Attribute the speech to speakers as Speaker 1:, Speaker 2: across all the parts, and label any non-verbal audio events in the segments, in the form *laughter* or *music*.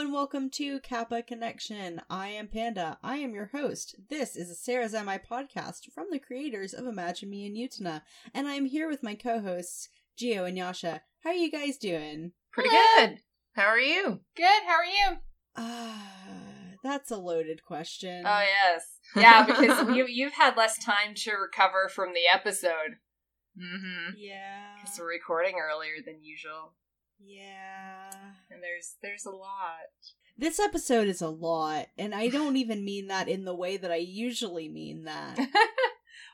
Speaker 1: and welcome to Kappa Connection. I am Panda. I am your host. This is a Sarah Zamai podcast from the creators of Imagine Me and Utana, and I am here with my co-hosts Geo and Yasha. How are you guys doing?
Speaker 2: Pretty
Speaker 3: Hello.
Speaker 2: good. How are you?
Speaker 3: Good. How are you?
Speaker 1: Ah, that's a loaded question.
Speaker 3: Oh yes, yeah. Because *laughs* you you've had less time to recover from the episode.
Speaker 2: Mm-hmm.
Speaker 1: yeah,
Speaker 3: It's a recording earlier than usual,
Speaker 1: yeah.
Speaker 3: and there's there's a lot. *laughs*
Speaker 1: This episode is a lot, and I don't even mean that in the way that I usually mean
Speaker 3: *laughs*
Speaker 1: that.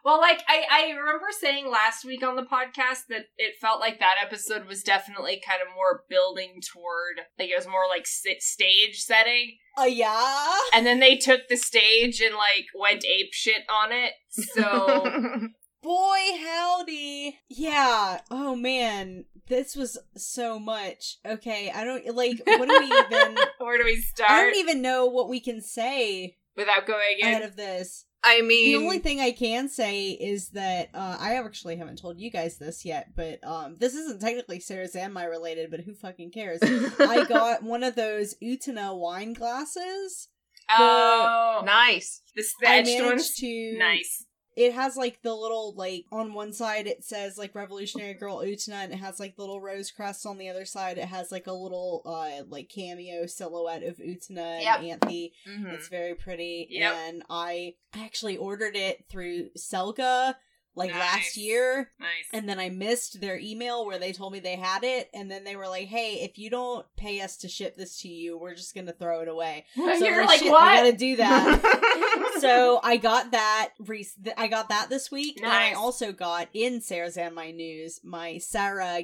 Speaker 3: well, like I I remember saying last week on the podcast that it felt like that episode was definitely kind of more building toward like it was more like sit stage setting,
Speaker 1: Oh yeah.
Speaker 3: and then they took the stage and like went ape shit on it. *laughs* So.
Speaker 1: Boy, howdy. Yeah. Oh, man. This was so much. Okay. I don't, like, what
Speaker 3: *laughs*
Speaker 1: do we even,
Speaker 3: Where do we
Speaker 1: I
Speaker 3: start
Speaker 1: don't even know what we can say
Speaker 3: without going
Speaker 1: out
Speaker 3: in?
Speaker 1: of this.
Speaker 2: I mean,
Speaker 1: The only thing I can say is that, uh, I actually haven't told you guys this yet, but, um, this isn't technically Sarah's and my related, but who fucking
Speaker 3: *laughs*
Speaker 1: cares? I got one of those Utana wine glasses.
Speaker 3: Oh,
Speaker 2: *laughs* nice.
Speaker 3: this the
Speaker 1: I
Speaker 3: edged
Speaker 1: managed
Speaker 3: ones.
Speaker 1: to
Speaker 3: Nice.
Speaker 1: it has like the little like on one side it says like revolutionary girl utana and it has like the little rose crest on the other side it has like a little uh like cameo silhouette of utana and
Speaker 3: Yep.
Speaker 1: anthe
Speaker 2: Mm-hmm.
Speaker 1: it's very pretty
Speaker 3: Yep.
Speaker 1: and i actually ordered it through selga like last
Speaker 3: Nice.
Speaker 1: year
Speaker 3: Nice.
Speaker 1: and then i missed their email where they told me they had it and then they were like hey if you don't pay us to ship this to you we're just gonna throw it away so I'm
Speaker 3: you're like,
Speaker 1: "Shit, i
Speaker 3: what?
Speaker 1: gotta do
Speaker 3: *laughs*
Speaker 1: that
Speaker 2: *laughs*
Speaker 1: so I got that re- th- I got that this week, and I
Speaker 3: Nice.
Speaker 1: also got in Sarah's and my news my Sarah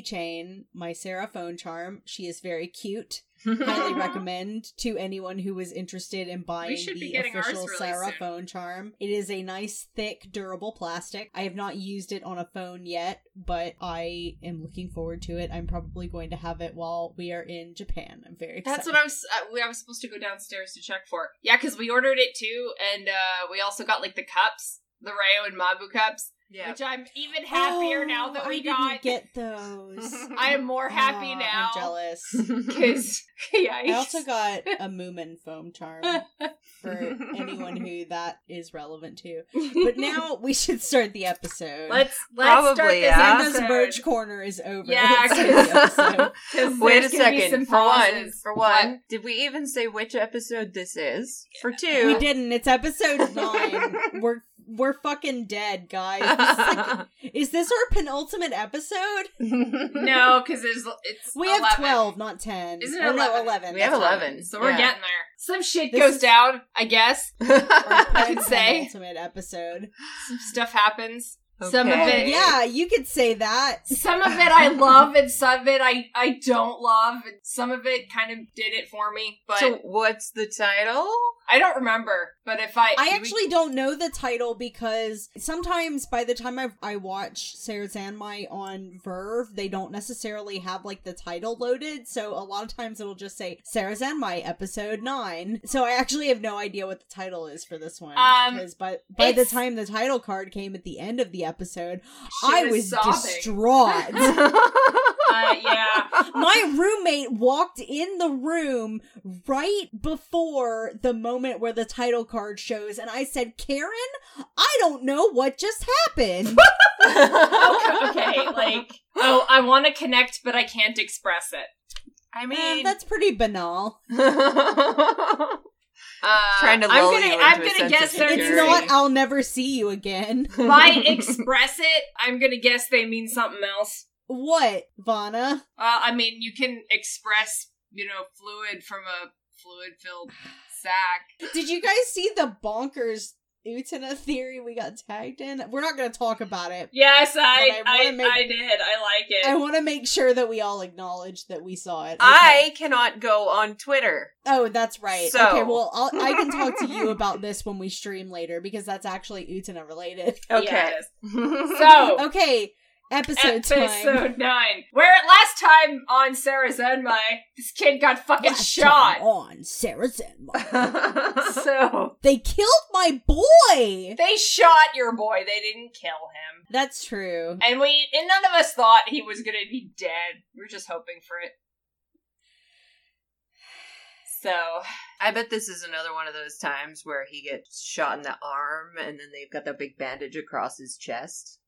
Speaker 1: keychain, my Sarah phone charm. She is very cute.
Speaker 3: *laughs*
Speaker 1: Highly recommend to anyone who is interested in buying
Speaker 3: should be
Speaker 1: the
Speaker 3: getting ours
Speaker 1: official
Speaker 3: really
Speaker 1: Sarah
Speaker 3: soon.
Speaker 1: phone charm. It is a nice, thick, durable plastic. I have not used it on a phone yet, but I am looking forward to it. I'm probably going to have it while we are in Japan. I'm very excited.
Speaker 3: That's what I was. Uh, we- I was supposed to go downstairs to check for. Yeah, because we ordered it too, and uh, we also got like the cups, the Rayo and Mabu cups,
Speaker 2: *laughs* yeah.
Speaker 3: which I'm even happier now that
Speaker 1: Oh,
Speaker 3: we
Speaker 1: I
Speaker 3: got.
Speaker 1: didn't get those.
Speaker 3: *laughs* I am more happy
Speaker 1: Aw,
Speaker 3: now.
Speaker 1: Ah, I'm
Speaker 3: *laughs*
Speaker 1: jealous. *laughs*
Speaker 3: Because yeah,
Speaker 1: I also
Speaker 3: *laughs*
Speaker 1: got a Moomin foam charm for anyone who that is relevant to.
Speaker 3: *laughs*
Speaker 1: But now we should start the episode.
Speaker 3: let's let's start
Speaker 2: Probably,
Speaker 3: this
Speaker 2: yeah.
Speaker 1: Nando's
Speaker 3: episode. *laughs*
Speaker 1: merch corner is over. *laughs*
Speaker 3: Yeah,
Speaker 1: Let's
Speaker 3: *laughs*
Speaker 1: start the episode.
Speaker 2: *laughs*
Speaker 3: 'Cause *laughs*
Speaker 2: Wait a
Speaker 3: there's gonna be
Speaker 2: second.
Speaker 3: some
Speaker 2: For one,
Speaker 3: pauses.
Speaker 2: for one, did we even say which episode this is? For two, *laughs*
Speaker 1: we didn't. It's
Speaker 3: *laughs*
Speaker 1: episode nine. we're we're fucking dead, guys. This is,
Speaker 3: *laughs*
Speaker 1: like-
Speaker 2: *laughs*
Speaker 1: is this our penultimate episode?
Speaker 3: What? *laughs* No, because there's it's
Speaker 1: We have
Speaker 3: 11.
Speaker 1: twelve, not ten.
Speaker 3: Isn't it
Speaker 1: or no,
Speaker 3: 11?
Speaker 1: eleven.
Speaker 2: We have
Speaker 1: That's right.
Speaker 2: 11.
Speaker 3: So we're
Speaker 2: Yeah.
Speaker 3: getting there. Some shit
Speaker 1: This
Speaker 3: goes
Speaker 1: is-
Speaker 3: down, I guess. *laughs*
Speaker 1: Our
Speaker 3: I could say.
Speaker 1: penultimate episode.
Speaker 3: Some stuff happens. Some of
Speaker 2: Okay.
Speaker 3: it,
Speaker 1: Well, Oh, yeah, you could say that.
Speaker 3: *laughs* Some of it I love, and some of it I I don't love. and Some of it kind of did it for me, but
Speaker 2: so what's the title?
Speaker 3: I don't remember. But if I,
Speaker 1: I actually don't know the title because sometimes by the time I, I watch Sarah Zanmai on Verve, they don't necessarily have like the title loaded. So a lot of times it'll just say Sarah Zanmai episode nine. So I actually have no idea what the title is for this one.
Speaker 3: Um,
Speaker 1: Because by, by the
Speaker 3: it's-
Speaker 1: time the title card came at the end of the episode,
Speaker 3: She
Speaker 1: I was
Speaker 3: was sobbing. *laughs*
Speaker 1: distraught.
Speaker 3: uh, yeah,
Speaker 1: My roommate walked in the room right before the moment where the title card shows, and I said, Karen, I don't know what just
Speaker 2: *laughs*
Speaker 1: happened.
Speaker 3: *laughs*
Speaker 1: *laughs*
Speaker 3: okay, okay, like oh, I want to connect, but I can't express it.
Speaker 2: I
Speaker 1: Man,
Speaker 2: mean,
Speaker 1: that's pretty banal.
Speaker 3: Uh,
Speaker 2: Trying to
Speaker 3: I'm
Speaker 2: lull
Speaker 3: gonna
Speaker 2: you
Speaker 3: I'm
Speaker 2: into a
Speaker 3: gonna
Speaker 2: sense
Speaker 3: guess
Speaker 2: of
Speaker 3: they're
Speaker 1: It's
Speaker 2: Very-
Speaker 1: not, I'll never see you again. *laughs*
Speaker 3: by express it. I'm gonna guess they mean something else.
Speaker 1: What, Vana?
Speaker 3: Uh, I mean, you can express you know fluid from a fluid filled sack.
Speaker 1: Did you guys see the bonkers Utana theory we got tagged in? We're not going to talk about it.
Speaker 3: Yes, I
Speaker 1: But I
Speaker 3: I,
Speaker 1: wanna
Speaker 3: I,
Speaker 1: make-
Speaker 3: did. I like it.
Speaker 1: I want to make sure that we all acknowledge that we saw it. Okay.
Speaker 2: I cannot go on Twitter.
Speaker 1: Oh, that's right.
Speaker 2: So-
Speaker 1: Okay, well, I'll, I can talk to
Speaker 3: *laughs*
Speaker 1: you about this when we stream later because that's actually Utana
Speaker 3: *laughs*
Speaker 1: related.
Speaker 2: Okay. *laughs*
Speaker 3: Yes. So
Speaker 1: Okay, *laughs* episode, time.
Speaker 3: episode nine. Where at last time on Sarah's Enmai, this kid got fucking
Speaker 1: Last
Speaker 3: shot.
Speaker 1: time on Sarah Zenmar.
Speaker 3: So
Speaker 1: they killed my boy.
Speaker 3: they shot your boy. They didn't kill him.
Speaker 1: That's true.
Speaker 3: And we and none of us thought he was gonna be dead. We were just hoping for it. So oh,
Speaker 2: I bet this is another one of those times where he gets shot in the arm and then they've got that big bandage across his chest.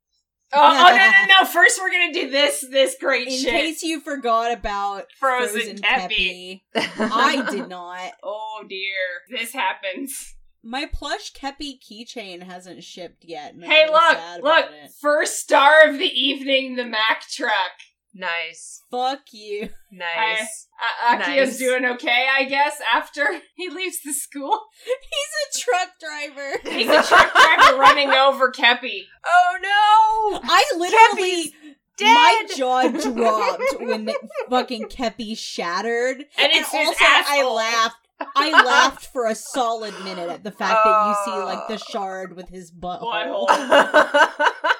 Speaker 3: oh, oh, no
Speaker 1: *laughs*
Speaker 3: no no! First we're gonna do this this great
Speaker 1: In
Speaker 3: shit.
Speaker 1: case you forgot about
Speaker 3: Frozen Kepi. *laughs*
Speaker 1: Kepi,
Speaker 2: *laughs*
Speaker 1: I did not.
Speaker 3: oh dear, this happens.
Speaker 1: My plush Kepi keychain hasn't shipped yet. and I'm
Speaker 3: hey
Speaker 1: really sad about
Speaker 3: look look!
Speaker 1: it.
Speaker 3: First star of the evening, the Mac truck.
Speaker 2: Nice.
Speaker 1: Fuck you. *laughs*
Speaker 2: Nice.
Speaker 3: Uh, Akio's
Speaker 2: Nice.
Speaker 3: doing okay, I guess. After *laughs* he leaves the school,
Speaker 1: He's a truck driver.
Speaker 3: he's a truck driver running over Kepi.
Speaker 2: *laughs* oh no!
Speaker 3: *laughs*
Speaker 1: I literally, my
Speaker 2: dead. *laughs*
Speaker 1: jaw dropped when the fucking Kepi shattered.
Speaker 3: And it's
Speaker 1: and
Speaker 3: his
Speaker 1: also, I
Speaker 3: asshole.
Speaker 1: laughed.
Speaker 3: *laughs*
Speaker 1: I laughed for a solid minute at the fact that you see like the shard with his butthole.
Speaker 3: Uh, Butthole.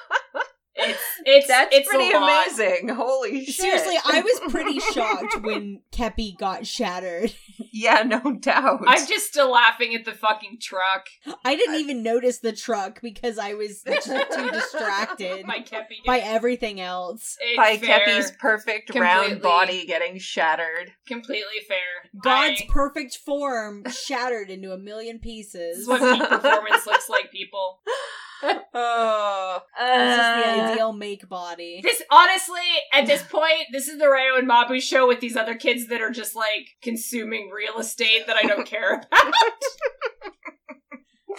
Speaker 3: It's
Speaker 2: That's
Speaker 3: it's
Speaker 2: pretty
Speaker 3: a lot.
Speaker 2: amazing. Holy shit.
Speaker 1: Seriously, I was
Speaker 2: *laughs*
Speaker 3: *laughs*
Speaker 1: pretty shocked when Kepi got shattered. *laughs*
Speaker 2: yeah, no doubt.
Speaker 3: I'm just still laughing at the fucking truck.
Speaker 1: I didn't even notice the truck because I
Speaker 3: *laughs*
Speaker 1: was just too distracted
Speaker 3: My Kepi.
Speaker 1: by everything else.
Speaker 3: It's
Speaker 2: by
Speaker 3: fair.
Speaker 2: Kepi's perfect
Speaker 3: Completely.
Speaker 2: round body getting shattered.
Speaker 3: completely fair.
Speaker 1: God's
Speaker 3: I-
Speaker 1: perfect form shattered into a million
Speaker 3: this
Speaker 1: pieces.
Speaker 3: is what
Speaker 1: This *laughs*
Speaker 3: peak performance looks like, people.
Speaker 2: Oh.
Speaker 1: is the
Speaker 3: Uh,
Speaker 2: *laughs*
Speaker 1: ideal make body.
Speaker 3: This honestly, at this point, this is the Rayo and Mabu show with these other kids that are just like consuming real estate that I
Speaker 1: *laughs*
Speaker 3: don't care about.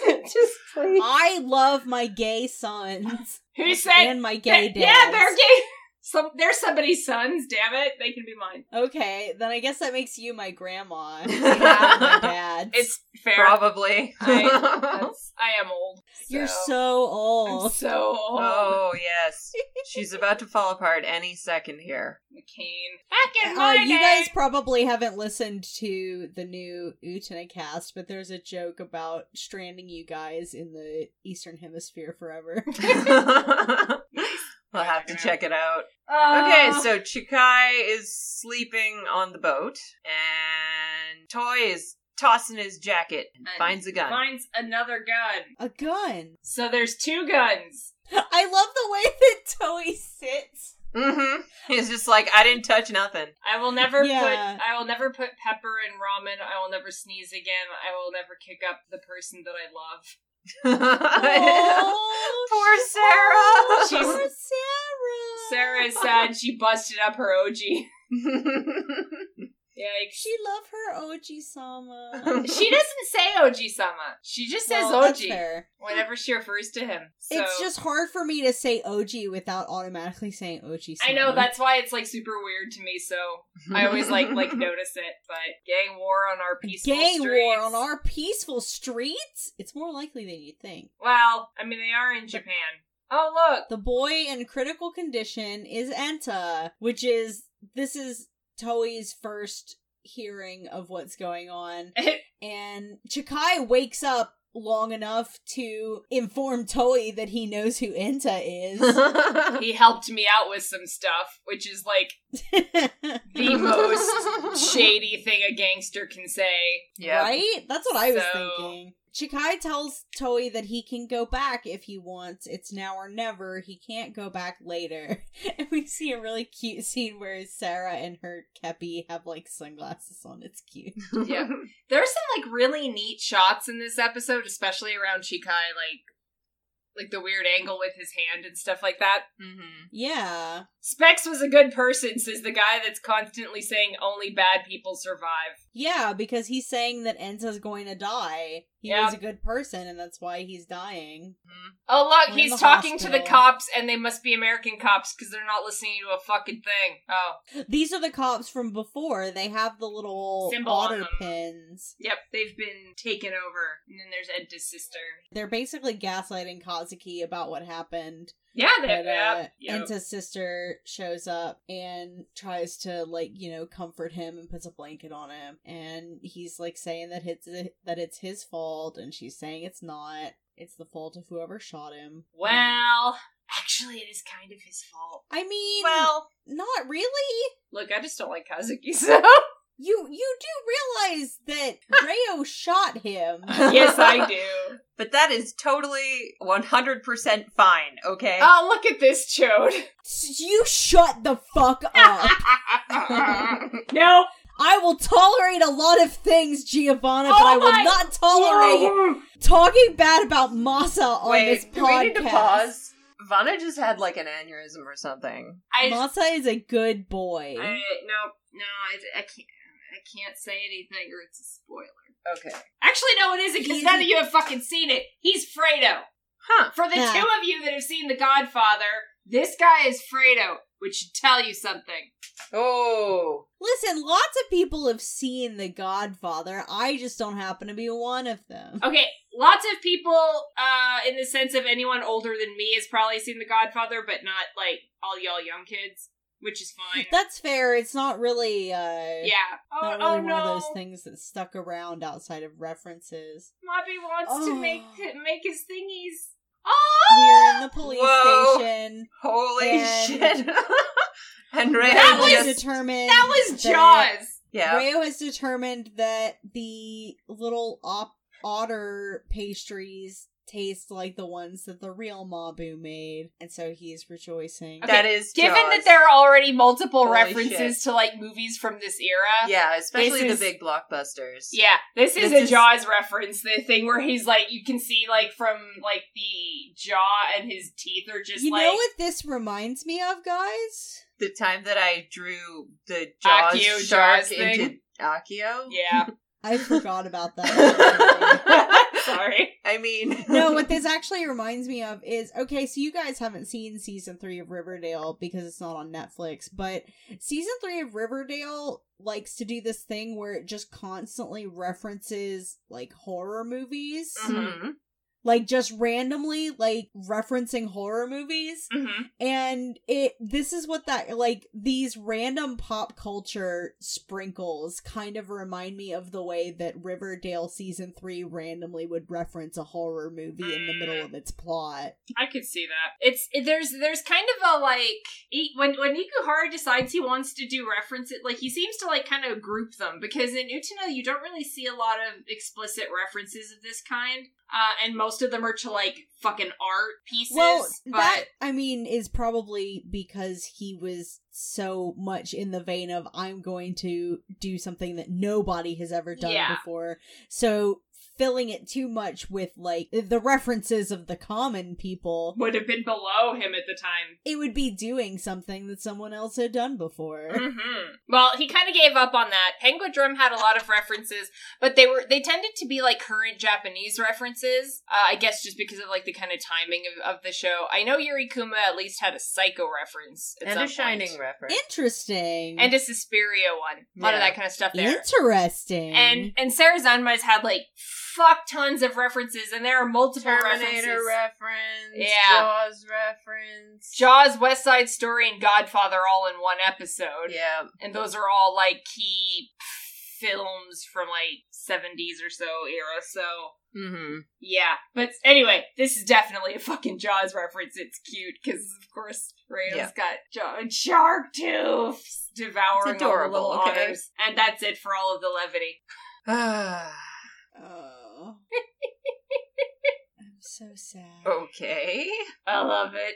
Speaker 2: just please.
Speaker 1: I love my gay sons
Speaker 3: Who said?
Speaker 1: and my gay dads.
Speaker 3: Yeah, they're gay. Some they're somebody's sons. Damn it, they can be mine.
Speaker 1: Okay, then I guess that makes you my
Speaker 3: *laughs*
Speaker 1: grandma. and my dad.
Speaker 3: It's fair.
Speaker 2: Probably.
Speaker 3: I- I am old.
Speaker 1: You're so
Speaker 3: I'm
Speaker 1: old.
Speaker 3: so old.
Speaker 2: *laughs* oh yes. She's about to fall apart any second here. *laughs*
Speaker 3: McCain. Back in
Speaker 1: Uh,
Speaker 3: my
Speaker 1: you
Speaker 3: day.
Speaker 1: guys probably haven't listened to the new Utana cast, but there's a joke about stranding you guys in the Eastern Hemisphere forever. *laughs*
Speaker 2: we'll have to check it out. Okay,
Speaker 3: Uh,
Speaker 2: so Chikai is sleeping on the boat, and Toy is tossing his jacket and
Speaker 3: And
Speaker 2: finds a gun.
Speaker 3: finds another gun.
Speaker 1: a gun.
Speaker 3: So there's two guns.
Speaker 1: I love the way that Toei sits.
Speaker 3: *laughs*
Speaker 2: mm-hmm. He's just like, I didn't touch nothing.
Speaker 3: I will never
Speaker 1: Yeah.
Speaker 3: put I will never put pepper in ramen. I will never sneeze again. I will never kick up the person that I love.
Speaker 2: *laughs* Poor
Speaker 1: Oh,
Speaker 2: Sarah.
Speaker 1: Poor Sarah.
Speaker 3: Sarah is sad she busted up her OG. *laughs* Yikes.
Speaker 1: She love her Oji sama. *laughs*
Speaker 2: *laughs*
Speaker 3: She doesn't say OG sama. *laughs* She just says
Speaker 1: Well, that's
Speaker 3: OG
Speaker 1: fair.
Speaker 3: whenever she refers to him. So
Speaker 1: It's just hard for me to say OG without automatically saying Oji sama.
Speaker 3: I know that's why it's like super weird to me, so I always
Speaker 1: *laughs*
Speaker 2: *laughs*
Speaker 3: like like notice it, but gang war on our peaceful
Speaker 1: Gay war
Speaker 3: streets.
Speaker 1: on our peaceful streets? It's more likely than you'd think.
Speaker 3: Well, I mean they are in Japan. Oh look.
Speaker 1: The boy in critical condition is Enta, which is this is Toei's first hearing of what's going
Speaker 3: *laughs*
Speaker 1: on. and Chikai wakes up long enough to inform Toei that he knows who Enta is.
Speaker 3: he helped me out with some stuff, which is like *laughs*
Speaker 1: *laughs*
Speaker 3: the most shady thing a gangster can say.
Speaker 2: Yeah.
Speaker 1: Right? That's what I was
Speaker 3: So-
Speaker 1: thinking. Chikai tells Toei that he can go back if he wants. It's now or never. He can't go back later. *laughs* And we see a really cute scene where Sarah and her Kepi have like sunglasses on. It's cute.
Speaker 3: *laughs*
Speaker 1: *laughs*
Speaker 3: *laughs* Yeah. There are some like really neat shots in this episode, especially around Chikai, like like the weird angle with his hand and stuff like that. Mm-hmm.
Speaker 2: Mhm.
Speaker 1: Yeah.
Speaker 3: Specs was a good person, says the guy that's constantly saying only bad people survive.
Speaker 1: Yeah, because he's saying that Enta's going to die. He
Speaker 3: Yeah.
Speaker 1: was a good person and that's why he's dying.
Speaker 3: Oh look,
Speaker 1: We're in
Speaker 3: he's
Speaker 1: the
Speaker 3: talking to the
Speaker 1: hospital.
Speaker 3: cops, and they must be American cops because they're not listening to a fucking thing. Oh,
Speaker 1: These are the cops from before. They have the little
Speaker 3: Symbol on
Speaker 1: otter
Speaker 3: them.
Speaker 1: pins.
Speaker 3: yep, they've been taken over. And then there's Ed's sister.
Speaker 1: They're basically gaslighting Kazuki about what happened.
Speaker 3: Yeah, they
Speaker 1: But, uh,
Speaker 3: yep, yep.
Speaker 1: Enta's sister shows up and tries to like you know comfort him and puts a blanket on him, and he's like saying that it's uh, that it's his fault, and she's saying it's not. It's the fault of whoever shot him.
Speaker 3: Well, actually, it is kind of his fault.
Speaker 1: I mean,
Speaker 2: Well,
Speaker 1: not really.
Speaker 3: Look, I just don't like Kazuki, *laughs* so.
Speaker 1: You you do realize that
Speaker 3: *laughs*
Speaker 1: Rayo shot him.
Speaker 3: yes, I do.
Speaker 2: *laughs* but that is totally 100% fine, okay?
Speaker 3: *laughs* *laughs* Oh, look at this *laughs* chode. *laughs*
Speaker 1: You shut the fuck up.
Speaker 3: no,
Speaker 1: I will tolerate a lot of things, Giovanna, but
Speaker 3: Oh
Speaker 1: I will
Speaker 3: my-
Speaker 1: not tolerate talking bad about Masa on
Speaker 2: Wait,
Speaker 1: this
Speaker 2: do
Speaker 1: podcast.
Speaker 2: we need to pause? Vanna just had like an aneurysm or something.
Speaker 3: I just,
Speaker 1: Masa is a good boy.
Speaker 3: I, no, no, I, I can't. I can't say anything, or it's a spoiler.
Speaker 2: Okay.
Speaker 3: Actually, no, it isn't because
Speaker 1: He's-
Speaker 3: none of you have fucking seen it. He's Fredo.
Speaker 2: Huh.
Speaker 3: For the
Speaker 1: Yeah.
Speaker 3: two of you that have seen The Godfather, this guy is Fredo, which should tell you something.
Speaker 2: Oh.
Speaker 1: Listen, lots of people have seen The Godfather. I just don't happen to be one of them.
Speaker 3: Okay, lots of people, uh, in the sense of anyone older than me, has probably seen The Godfather, but not like all y'all young kids, which is fine.
Speaker 1: That's fair. It's not really uh
Speaker 3: Oh, yeah. Oh,
Speaker 1: not really
Speaker 3: oh
Speaker 1: one
Speaker 3: no.
Speaker 1: of those things that stuck around outside of references.
Speaker 3: Mobby wants to
Speaker 1: Oh.
Speaker 3: make make his thingies.
Speaker 1: We're
Speaker 3: Oh,
Speaker 1: in the police
Speaker 2: Whoa.
Speaker 1: station.
Speaker 2: Holy
Speaker 1: And-
Speaker 2: shit. *laughs* and Ray
Speaker 3: That
Speaker 1: Rayo has
Speaker 2: just
Speaker 1: determined
Speaker 3: that was
Speaker 1: that-
Speaker 3: Jaws.
Speaker 2: Yeah.
Speaker 1: Rayo has determined that the little op- otter pastries taste like the ones that the real Mabu made, and so he's rejoicing.
Speaker 3: Okay.
Speaker 2: That is
Speaker 3: Given
Speaker 2: Jaws.
Speaker 3: that there are already multiple
Speaker 2: Holy
Speaker 3: references
Speaker 2: shit.
Speaker 3: to like movies from this era,
Speaker 2: Yeah, especially
Speaker 3: This
Speaker 2: the
Speaker 3: is-
Speaker 2: big blockbusters.
Speaker 3: Yeah, this
Speaker 2: This
Speaker 3: is a
Speaker 2: is-
Speaker 3: Jaws reference. The thing where he's like, you can see like from like the jaw and his teeth are just
Speaker 1: you
Speaker 3: like.
Speaker 1: know what this reminds me of, guys?
Speaker 2: The time that I drew the Jaws
Speaker 3: Akio
Speaker 2: shark
Speaker 3: Jaws thing.
Speaker 2: into Akio. *laughs*
Speaker 3: Yeah, *laughs*
Speaker 1: I forgot about that.
Speaker 2: I
Speaker 3: sorry. *laughs*
Speaker 2: mean,
Speaker 1: *laughs* no,
Speaker 2: *laughs*
Speaker 1: what this actually reminds me of is okay, so you guys haven't seen season three of Riverdale because it's not on Netflix, but season three of Riverdale likes to do this thing where it just constantly references like horror movies,
Speaker 3: Mm-hmm.
Speaker 2: Mhm.
Speaker 1: like just randomly like referencing horror movies.
Speaker 3: hmm
Speaker 1: And it this is what that like these random pop culture sprinkles kind of remind me of the way that Riverdale season 3 randomly would reference a horror movie in the middle of its plot.
Speaker 3: I could see that. It's it- there's there's kind of a like he- when when Ikuhara decides he wants to do references, like he seems to like kind of group them because in Utano you don't really see a lot of explicit references of this kind, uh, and most of them are to like fucking art pieces.
Speaker 1: Well,
Speaker 3: but
Speaker 1: that I mean is probably because he was so much in the vein of I'm going to do something that nobody has ever done
Speaker 3: Yeah.
Speaker 1: before. So filling it too much with like the references of the common people,
Speaker 3: would have been below him at the time.
Speaker 1: it would be doing something that someone else had done before.
Speaker 3: hmm Well, he kind of gave up on that. Penguin Drum had a lot of references, but they were they tended to be like current Japanese references. Uh, I guess just because of like the kind of timing of, of the show. I know Yurikuma at least had a Psycho reference at
Speaker 2: and
Speaker 3: some
Speaker 2: a
Speaker 3: point.
Speaker 2: shining reference.
Speaker 1: Interesting.
Speaker 3: and a Suspiria one. A lot of
Speaker 2: Yeah.
Speaker 3: that kind of stuff there.
Speaker 1: Interesting.
Speaker 3: and and Sarah Zanmai's had like fuck tons of references, and there are multiple
Speaker 2: Terminator
Speaker 3: references.
Speaker 2: reference,
Speaker 3: Yeah.
Speaker 2: Jaws reference.
Speaker 3: Jaws, West Side Story, and Godfather all in one episode.
Speaker 2: Yeah,
Speaker 3: and those are all like key films from like 70s or so era so
Speaker 2: hmm
Speaker 3: yeah but anyway this is definitely a fucking jaws reference it's cute because of course rayo's
Speaker 2: Yeah.
Speaker 3: got jaw- shark tooths devouring
Speaker 2: It's
Speaker 3: all the
Speaker 2: adorable,
Speaker 3: little
Speaker 2: okay.
Speaker 3: otters and that's it for all of the levity Mm-hmm. *laughs*
Speaker 1: oh. I'm so sad.
Speaker 2: *sighs* okay.
Speaker 3: i love it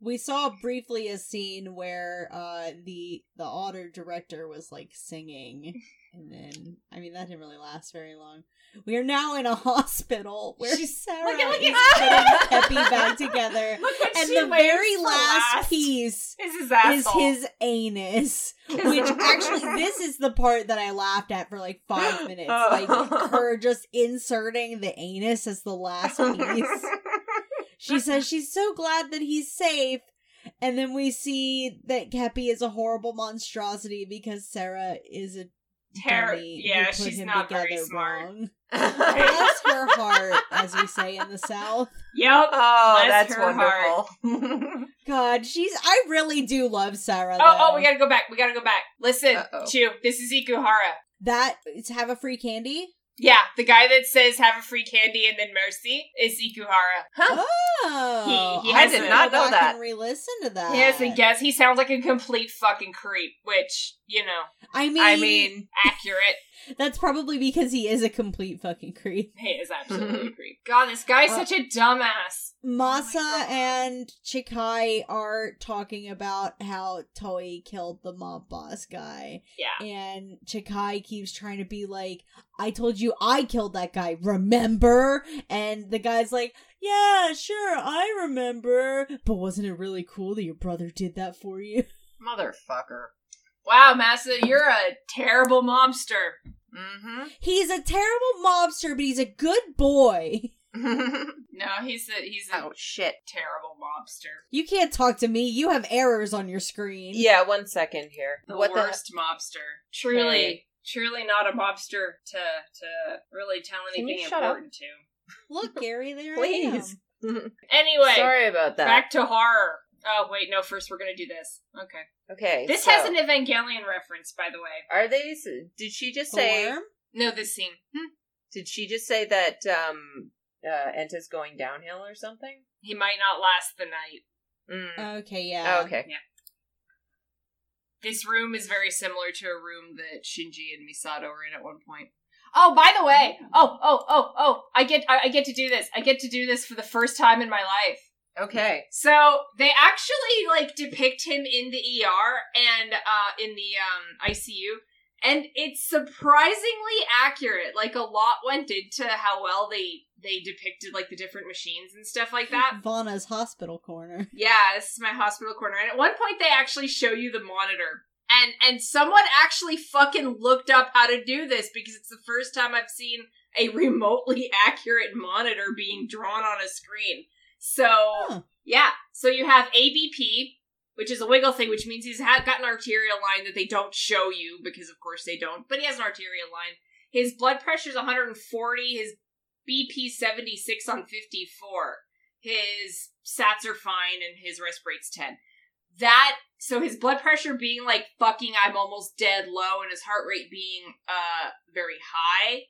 Speaker 1: We saw briefly a scene where uh the the otter director was like singing and then I mean that didn't really last very long. We are now in a *laughs* hospital where
Speaker 3: She's-
Speaker 1: Sarah
Speaker 3: look at- look
Speaker 1: is
Speaker 3: at-
Speaker 1: putting *laughs* Peppy back
Speaker 3: *laughs*
Speaker 1: together.
Speaker 3: look what
Speaker 1: And
Speaker 3: she
Speaker 1: the
Speaker 3: waits
Speaker 1: very
Speaker 3: for
Speaker 1: last, piece
Speaker 3: is his asshole
Speaker 1: is his anus.
Speaker 3: *laughs*
Speaker 1: Which actually this is the part that I laughed at for like five
Speaker 3: *laughs*
Speaker 1: minutes. Like her just inserting the anus as the
Speaker 3: *laughs*
Speaker 1: last
Speaker 2: *laughs*
Speaker 1: piece. She says she's so glad that he's safe. And then we see that Kepi is a horrible monstrosity because Sarah is a *laughs*
Speaker 3: Ter-
Speaker 1: dummy who
Speaker 3: yeah
Speaker 1: put
Speaker 3: she's
Speaker 1: him
Speaker 3: not very
Speaker 1: together
Speaker 3: smart
Speaker 1: wrong.
Speaker 2: oh,
Speaker 1: Bless her heart, as we say
Speaker 3: *laughs*
Speaker 1: in the South.
Speaker 3: yep Bless
Speaker 2: Oh, that's
Speaker 3: her heart.
Speaker 2: *laughs* wonderful.
Speaker 1: God, she's. I really do love Sarah.
Speaker 3: Oh, oh,
Speaker 1: though.
Speaker 3: we gotta go back. We gotta go back. Listen,
Speaker 2: Uh-oh.
Speaker 3: Chew, this is Ikuhara.
Speaker 1: that it's have a free candy.
Speaker 3: Yeah, the guy that says have a free candy and then mercy is Ikuhara.
Speaker 1: Oh,
Speaker 3: He- he- I
Speaker 1: I'll
Speaker 3: did
Speaker 1: go
Speaker 2: not know
Speaker 1: back
Speaker 2: that.
Speaker 1: And re-listen to that.
Speaker 3: Yes, and guess he sounds like a complete fucking creep, which you know,
Speaker 1: I mean,
Speaker 2: I mean,
Speaker 3: accurate. *laughs*
Speaker 1: that's probably because he is a complete fucking creep.
Speaker 3: He is
Speaker 2: *laughs*
Speaker 3: absolutely a creep. God, this guy's
Speaker 1: Uh,
Speaker 3: such a dumbass.
Speaker 2: Oh
Speaker 1: Masa
Speaker 3: God.
Speaker 1: and Chikai are talking about how Toei killed the mob boss guy.
Speaker 3: Yeah.
Speaker 1: And Chikai keeps trying to be like, I told you I killed that guy, remember? And the guy's like, Yeah, sure, I remember. But wasn't it really cool that your brother did that for you? *laughs*
Speaker 2: Motherfucker.
Speaker 3: Wow, Massa, you're a terrible mobster.
Speaker 2: Mm
Speaker 1: He's a terrible mobster, but he's a good boy. *laughs*
Speaker 2: *laughs* hmm.
Speaker 3: No, he's a he's a
Speaker 2: oh, shit.
Speaker 3: terrible mobster.
Speaker 1: You can't talk to me. You have errors on your screen.
Speaker 2: Yeah, one second here.
Speaker 3: The
Speaker 2: what
Speaker 3: worst mobster. Truly,
Speaker 2: Okay.
Speaker 3: truly not a mobster to to really tell
Speaker 2: Can you
Speaker 3: anything
Speaker 2: shut up?
Speaker 3: important to.
Speaker 1: Look, Gary, there
Speaker 2: Please. the
Speaker 3: Anyway,
Speaker 2: Sorry about that.
Speaker 3: back to horror. Oh wait, no. First, we're gonna do this. Okay.
Speaker 2: okay.
Speaker 3: This
Speaker 2: so,
Speaker 3: has an Evangelion reference, by the way.
Speaker 2: Are they. s- Did she just
Speaker 1: I am.
Speaker 2: say.
Speaker 1: The worm?
Speaker 3: No, this scene. Hmm.
Speaker 2: Did she just say that um uh Enta's going downhill or something?
Speaker 3: He might not last the night. Uh,
Speaker 2: Mm.
Speaker 1: Okay, yeah.
Speaker 2: Oh, okay.
Speaker 3: This room is very similar to a room that Shinji and Misato were in at one point. Oh, by the way, oh, oh, oh, oh! I get, I, I get to do this. I get to do this for the first time in my life.
Speaker 2: Okay.
Speaker 3: So they actually like depict him in the ER and uh, in the um, ICU, and it's surprisingly accurate. Like a lot went into how well they they depicted like the different machines and stuff like that.
Speaker 1: Vana's hospital corner.
Speaker 3: Yeah, this is my hospital corner. And at one point, they actually show you the monitor. And and someone actually fucking looked up how to do this because it's the first time I've seen a remotely *laughs* accurate monitor being drawn on a screen. So
Speaker 1: Huh.
Speaker 3: yeah, so you have ABP, which is a wiggle thing, which means he's ha- got an arterial line that they don't show you because, of course, they don't. But he has an arterial line. His blood pressure is 140. His BP 76 on 54 his sats are fine and his rest rate's 10. That, so his blood pressure being like fucking I'm almost dead low and his heart rate being uh very high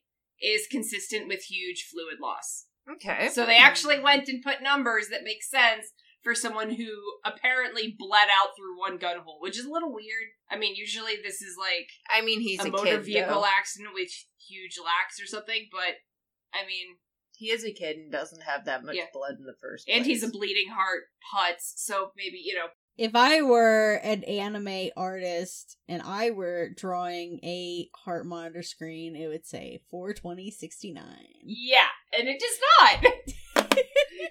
Speaker 3: is consistent with huge fluid loss.
Speaker 2: Okay.
Speaker 3: So they actually went and put numbers that make sense for someone who apparently bled out through one gun hole, which is a little weird. I mean, usually this is like
Speaker 2: I mean, he's a,
Speaker 3: a, motor
Speaker 2: kid,
Speaker 3: vehicle
Speaker 2: though.
Speaker 3: accident with huge lax or something, but I mean,
Speaker 2: He is a kid and doesn't have that much
Speaker 3: Yeah.
Speaker 2: blood in the first.
Speaker 3: and he's a
Speaker 2: place.
Speaker 3: bleeding heart putz, so maybe, you know,
Speaker 1: If I were an anime artist and I were drawing a heart monitor screen, it would say 42069.
Speaker 3: Yeah, and it does not. *laughs*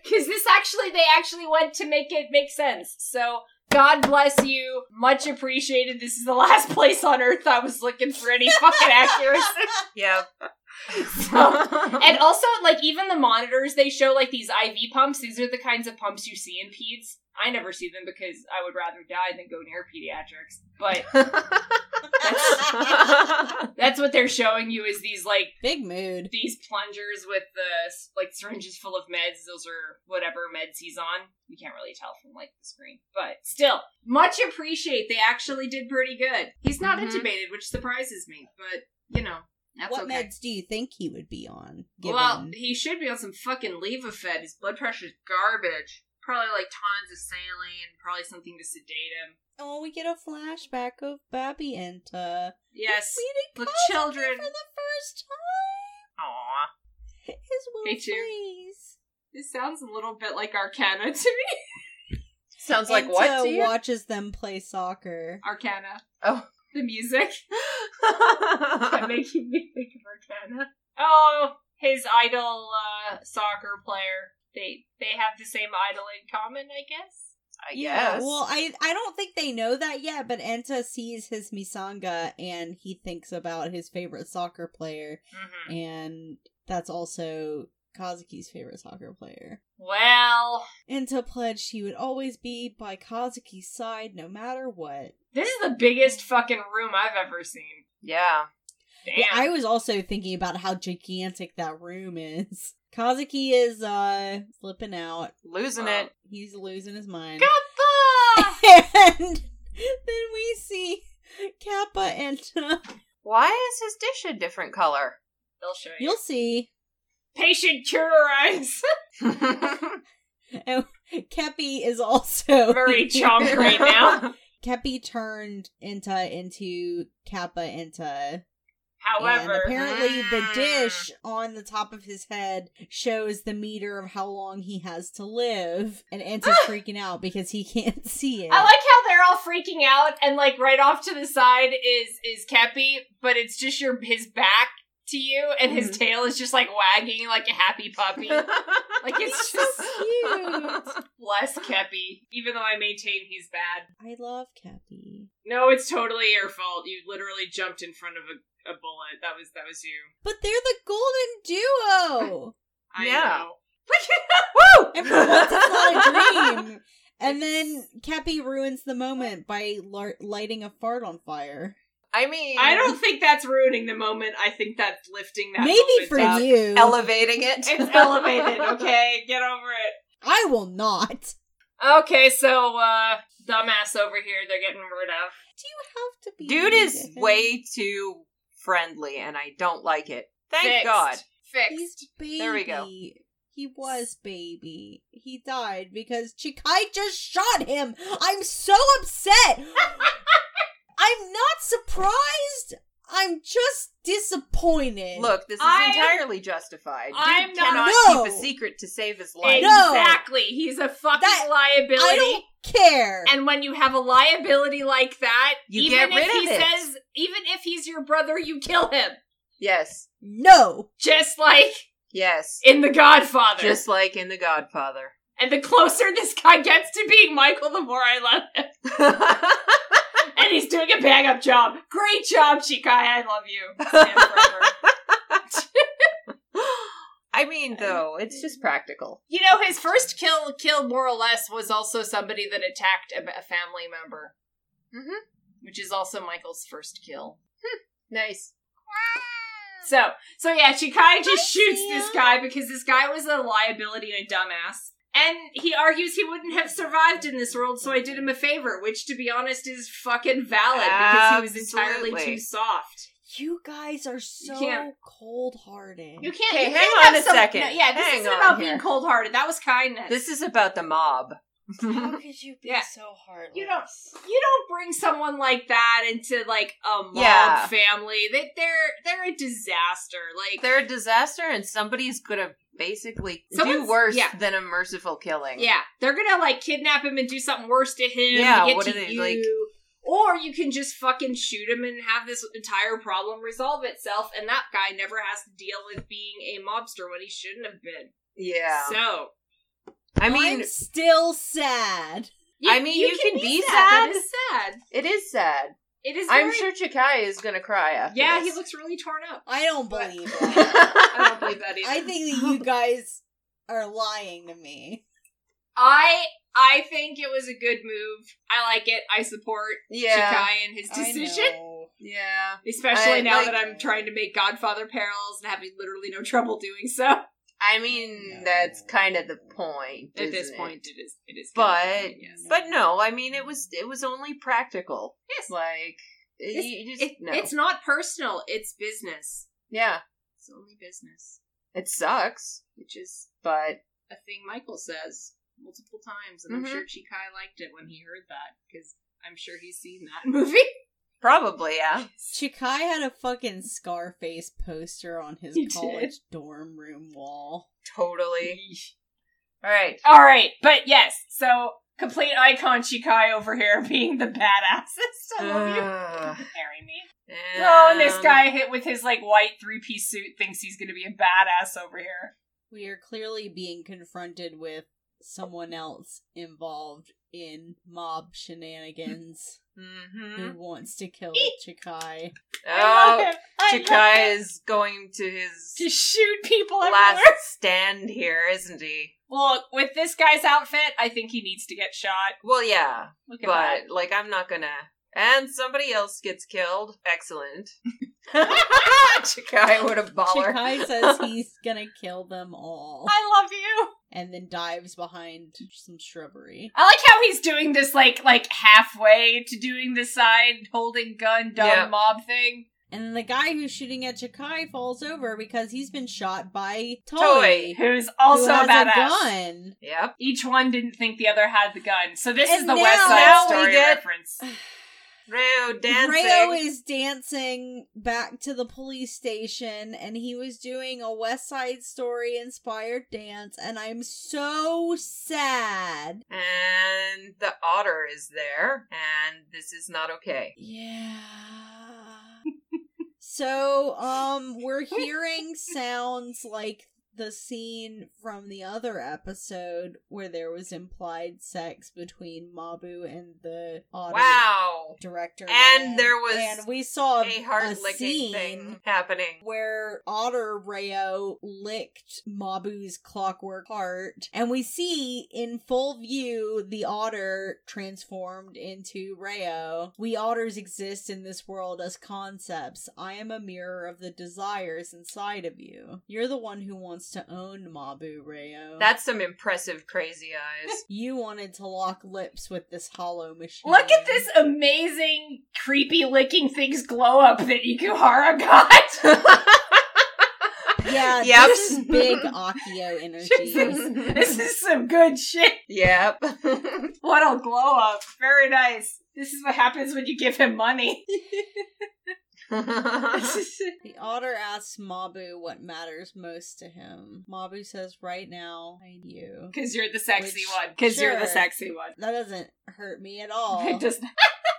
Speaker 3: Because this actually, they actually went to make it make sense. So, God bless you. Much appreciated. This is the last *laughs* place on earth I was looking for any fucking accuracy.
Speaker 2: yeah.
Speaker 3: And also, like, even the monitors they show, like, these IV pumps, these are the kinds of pumps you see in peds. I never see them because I would rather die than go near pediatrics. But that's what they're showing you is these, like,
Speaker 1: Big mood.
Speaker 3: these plungers with the s- like syringes full of meds. Those are whatever meds he's on. You can't really tell from like the screen, but still, much appreciate. They actually did pretty good. He's not
Speaker 2: Mhm.
Speaker 3: intubated, which surprises me, but you know that's
Speaker 1: Mm-hmm. what
Speaker 3: okay.
Speaker 1: meds do you think he would be on? Given
Speaker 3: well, he should be on some fucking levofed. His blood pressure's
Speaker 2: *laughs*
Speaker 3: garbage. Probably like tons of saline. Probably something to sedate him.
Speaker 1: oh, we get a flashback of Babi uh, Enta.
Speaker 3: Yes.
Speaker 1: Meeting
Speaker 3: the
Speaker 1: Cosby
Speaker 3: children.
Speaker 1: For the first time.
Speaker 2: Aw.
Speaker 1: His little
Speaker 3: Me too.
Speaker 1: face.
Speaker 3: This sounds a little bit like Arcana to me.
Speaker 2: Sounds like what
Speaker 1: Enta
Speaker 2: to you?
Speaker 1: uh,
Speaker 2: *laughs*
Speaker 1: watches them play soccer.
Speaker 3: Arcana.
Speaker 2: Oh.
Speaker 3: The music. that making me think of Arcana. Uh-uh. Oh, his idol uh, soccer player. They they have the same idol in common, I guess.
Speaker 2: I
Speaker 1: Yeah,
Speaker 2: guess.
Speaker 1: Uh, well, I I don't think they know that yet, but Enta sees his Misanga and he thinks about his favorite soccer player,
Speaker 3: Mm-hmm.
Speaker 2: Mhm.
Speaker 1: and that's also Kazuki's favorite soccer player.
Speaker 3: Well,
Speaker 1: Enta pledged he would always be by Kazuki's side no matter what.
Speaker 3: this is the biggest fucking room I've ever seen.
Speaker 2: Yeah.
Speaker 3: Damn.
Speaker 1: Yeah, I was also thinking about how gigantic that room is. *laughs* Kazuki is uh flipping out.
Speaker 2: Losing
Speaker 3: Oh.
Speaker 2: it.
Speaker 1: He's losing his mind.
Speaker 3: Kappa!
Speaker 1: *laughs* and then we see Kappa Enta.
Speaker 2: Why is his dish a different
Speaker 3: *laughs*
Speaker 2: color?
Speaker 3: They'll show you.
Speaker 1: *laughs* You'll see.
Speaker 3: Patient cure eyes. *laughs*
Speaker 1: *laughs* Kepi is also
Speaker 2: *laughs*
Speaker 3: *laughs* Very chonk right now.
Speaker 1: *laughs* Kepi turned Inta into Kappa Inta.
Speaker 3: However, Hmm.
Speaker 1: and apparently the
Speaker 2: Mm.
Speaker 1: dish on the top of his head shows the meter of how long he has to live, and
Speaker 3: *gasps*
Speaker 1: Inta's freaking out because he can't *laughs* see it.
Speaker 3: I like how they're all freaking out, and like right off to the side is is Kepi, but it's just your his back to you, and his
Speaker 2: Mhm.
Speaker 3: tail is just like wagging like a happy *laughs* puppy. like it's just
Speaker 2: *laughs*
Speaker 1: cute.
Speaker 3: bless Kepi, even though I maintain he's bad.
Speaker 1: I love Kepi.
Speaker 3: No, it's totally your fault. You literally jumped in front of a, a bullet. That was that was you.
Speaker 1: But they're the golden
Speaker 3: *laughs*
Speaker 1: duo.
Speaker 3: I
Speaker 2: Yeah.
Speaker 3: know.
Speaker 2: Woo!
Speaker 1: And for once, it's
Speaker 2: *laughs*
Speaker 1: not a dream. And then Cappy ruins the moment by lar- lighting a fart on fire.
Speaker 2: I mean,
Speaker 3: I don't think that's ruining the moment. I think that's lifting that.
Speaker 1: Maybe
Speaker 3: moment
Speaker 1: for
Speaker 3: up.
Speaker 1: you,
Speaker 2: elevating it.
Speaker 3: It's
Speaker 2: *laughs*
Speaker 3: elevated. Okay, get over it.
Speaker 1: I will not.
Speaker 3: Okay, so uh dumbass over here they're getting rid of.
Speaker 1: *laughs* Do you have to be?
Speaker 2: Dude is
Speaker 1: mean to him?
Speaker 2: way too friendly, and I don't like it. Thank
Speaker 3: Fixed.
Speaker 2: God.
Speaker 1: He's
Speaker 3: Fixed.
Speaker 1: baby.
Speaker 2: There we go.
Speaker 1: He was baby. He died because Chikai just shot him. I'm so
Speaker 2: *laughs*
Speaker 1: upset. I'm not surprised. I'm just disappointed.
Speaker 2: Look, this is
Speaker 3: I-
Speaker 2: entirely justified. Dude
Speaker 3: I'm not-
Speaker 2: cannot
Speaker 1: No.
Speaker 2: keep a secret to save his life.
Speaker 1: No.
Speaker 3: Exactly. He's a fucking
Speaker 1: That-
Speaker 3: liability.
Speaker 1: I don't care.
Speaker 3: *laughs* and when you have a liability like that,
Speaker 2: You get
Speaker 3: even if
Speaker 2: rid
Speaker 3: he
Speaker 2: of it.
Speaker 3: says even if he's your brother, you kill him.
Speaker 2: Yes,
Speaker 1: no.
Speaker 3: Just like
Speaker 2: yes.
Speaker 3: in The Godfather.
Speaker 2: Just like in The Godfather.
Speaker 3: *laughs* and the closer this guy gets to being Michael, the more I love him. And he's doing a bang up job. Great job, Chikai. I love
Speaker 2: *laughs*
Speaker 3: you. Stand forever.
Speaker 2: I mean, though, it's just practical.
Speaker 3: You know, his first kill, kill more or less, was also somebody that attacked a, a family member,
Speaker 2: Mhm.
Speaker 3: which is also Michael's first kill.
Speaker 2: Nice.
Speaker 3: So, so yeah, Chikai just
Speaker 1: Hi,
Speaker 3: shoots
Speaker 1: Sam.
Speaker 3: this guy because this guy was a liability and a dumbass. And he argues he wouldn't have survived in this world, so I did him a favor, which, to be honest, is fucking valid because he was entirely
Speaker 2: Absolutely.
Speaker 3: too soft.
Speaker 1: You guys are so
Speaker 3: can't-
Speaker 1: cold hearted.
Speaker 3: You can't.
Speaker 2: Okay,
Speaker 3: you
Speaker 2: hang
Speaker 3: can't
Speaker 2: on
Speaker 3: have
Speaker 2: a
Speaker 3: some-
Speaker 2: second.
Speaker 3: no, yeah, this
Speaker 2: Hang
Speaker 3: isn't
Speaker 2: on
Speaker 3: about
Speaker 2: here.
Speaker 3: being cold hearted. That was kindness.
Speaker 2: This is about the mob.
Speaker 1: How could you be
Speaker 3: Yeah.
Speaker 1: so heartless?
Speaker 3: You don't- you don't bring someone like that into like a mob
Speaker 2: Yeah.
Speaker 3: family. They, they're they're a disaster. Like
Speaker 2: They're a disaster, and somebody's gonna basically do
Speaker 3: Someone's-
Speaker 2: worse
Speaker 3: yeah.
Speaker 2: than a merciful killing.
Speaker 3: yeah, they're gonna like kidnap him and do something worse to him.
Speaker 2: Yeah,
Speaker 3: to get
Speaker 2: what
Speaker 3: to
Speaker 2: are they,
Speaker 3: you.
Speaker 2: like-
Speaker 3: Or you can just fucking shoot him and have this entire problem resolve itself, and that guy never has to deal with being a mobster when he shouldn't have been.
Speaker 2: Yeah.
Speaker 3: So
Speaker 2: I
Speaker 1: I
Speaker 2: mean,
Speaker 1: am still sad.
Speaker 2: I mean, you can be
Speaker 3: That
Speaker 2: sad.
Speaker 3: is sad.
Speaker 2: it is sad.
Speaker 3: It is.
Speaker 2: I'm
Speaker 3: very-
Speaker 2: sure Chikai is gonna cry after
Speaker 3: Yeah,
Speaker 2: this. *laughs*
Speaker 3: he looks really torn up.
Speaker 1: I don't
Speaker 3: But-
Speaker 1: believe it.
Speaker 3: I don't
Speaker 2: looks.
Speaker 3: believe that either.
Speaker 1: I think
Speaker 3: *laughs*
Speaker 1: that you guys are lying to me.
Speaker 3: I I think it was a good move. I like it. I support
Speaker 2: *laughs* yeah.
Speaker 3: Chikai and his decision.
Speaker 1: I know.
Speaker 2: Yeah.
Speaker 3: Especially
Speaker 2: I
Speaker 3: now
Speaker 2: like-
Speaker 3: that I'm trying to make Godfather parallels and having literally no trouble doing so. At
Speaker 2: I mean, that's kind of the point.
Speaker 3: this
Speaker 2: isn't it?
Speaker 3: point, it is. It is.
Speaker 2: But-
Speaker 3: kind of the point, yes.
Speaker 2: But no, I mean, it was it was only practical.
Speaker 3: Yes.
Speaker 2: Like,
Speaker 3: It's-
Speaker 2: you just
Speaker 3: It-
Speaker 2: no.
Speaker 3: it's not personal. It's business.
Speaker 2: yeah,
Speaker 3: It's only business,
Speaker 2: it sucks,
Speaker 3: which is
Speaker 2: but
Speaker 3: a thing Michael says multiple times, and
Speaker 2: Mhm.
Speaker 3: I'm sure Chikai liked it when he heard that because I'm sure he's seen that *laughs* movie.
Speaker 2: probably yeah.
Speaker 1: Chikai had a fucking Scarface poster on his
Speaker 3: He did.
Speaker 1: college dorm room wall.
Speaker 2: Totally. All right.
Speaker 3: All right, but yes, so complete icon Shikai over here *laughs* being the badassest. I love you.
Speaker 2: Ugh.
Speaker 3: Marry me. *laughs* Oh,
Speaker 2: Um,
Speaker 3: and this guy hit with his like white three piece suit thinks he's gonna be a badass over here.
Speaker 1: We are clearly being confronted with someone else involved in mob shenanigans
Speaker 2: Mhm.
Speaker 3: Mm-hmm.
Speaker 1: who wants to kill Chikai.
Speaker 3: I love
Speaker 2: Oh,
Speaker 3: him. I love him.
Speaker 2: Chikai is going to his
Speaker 3: to shoot people
Speaker 2: last
Speaker 3: *laughs* everywhere.
Speaker 2: stand here, isn't he?
Speaker 3: Look, with this guy's outfit, I think he needs to get shot.
Speaker 2: Well, yeah,
Speaker 3: Look at
Speaker 2: but like, I'm not gonna. And somebody else gets killed.
Speaker 3: *laughs*
Speaker 2: Excellent. *laughs* Chikai, what a baller.
Speaker 3: *laughs*
Speaker 1: Chikai says he's gonna kill them all
Speaker 3: that. I love you.
Speaker 1: and then dives behind some shrubbery.
Speaker 3: I like how he's doing this like like halfway to doing the side holding gun dumb
Speaker 2: Yeah.
Speaker 3: mob thing.
Speaker 1: And then the guy who's shooting at Chakai falls over because he's been shot by Toy,
Speaker 2: Toy,
Speaker 3: who's also
Speaker 1: who has
Speaker 3: a badass.
Speaker 1: gun.
Speaker 2: Yep.
Speaker 3: Each one didn't think the other had the gun. So this is
Speaker 1: And
Speaker 3: the
Speaker 1: now-
Speaker 3: West
Speaker 2: now
Speaker 3: Side
Speaker 2: we
Speaker 3: Story
Speaker 2: get-
Speaker 3: reference.
Speaker 2: Rayo dancing.
Speaker 1: Rayo is dancing back to the police station, and he was doing a West Side Story inspired dance, and I'm so sad.
Speaker 2: and the otter is there, and this is not okay.
Speaker 1: Yeah. so, um, we're hearing sounds like the scene from the other episode where there was implied sex between Mabu and the otter
Speaker 2: Wow.
Speaker 1: director,
Speaker 2: And
Speaker 1: man.
Speaker 2: there was
Speaker 1: and we saw
Speaker 2: A heart licking
Speaker 1: scene
Speaker 2: thing happening.
Speaker 1: where Otter Rayo licked Mabu's clockwork heart, and we see in full view the otter transformed into Rayo. We otters exist in this world as concepts. I am a mirror of the desires inside of you. You're the one who wants to own Mabu Rayo.
Speaker 2: That's some impressive crazy eyes.
Speaker 1: you wanted to lock lips with this hollow machine.
Speaker 3: Look at this amazing, creepy licking things glow up that Ikuhara got.
Speaker 1: *laughs* Yeah,
Speaker 2: Yep.
Speaker 1: this is
Speaker 3: *laughs*
Speaker 1: big Akio energy.
Speaker 3: Jesus. this is some good shit.
Speaker 2: yep. *laughs*
Speaker 3: What a glow up. Very nice. This is what happens when you give him money. *laughs*
Speaker 1: The otter asks Mabu what matters most to him. Mabu says, Right now, I need you.
Speaker 3: Because you're the sexy
Speaker 1: Which-
Speaker 3: one. Because you're the
Speaker 1: sure.
Speaker 3: sexy one.
Speaker 1: That doesn't hurt me at
Speaker 2: *laughs*
Speaker 1: all.
Speaker 3: *laughs* It does not.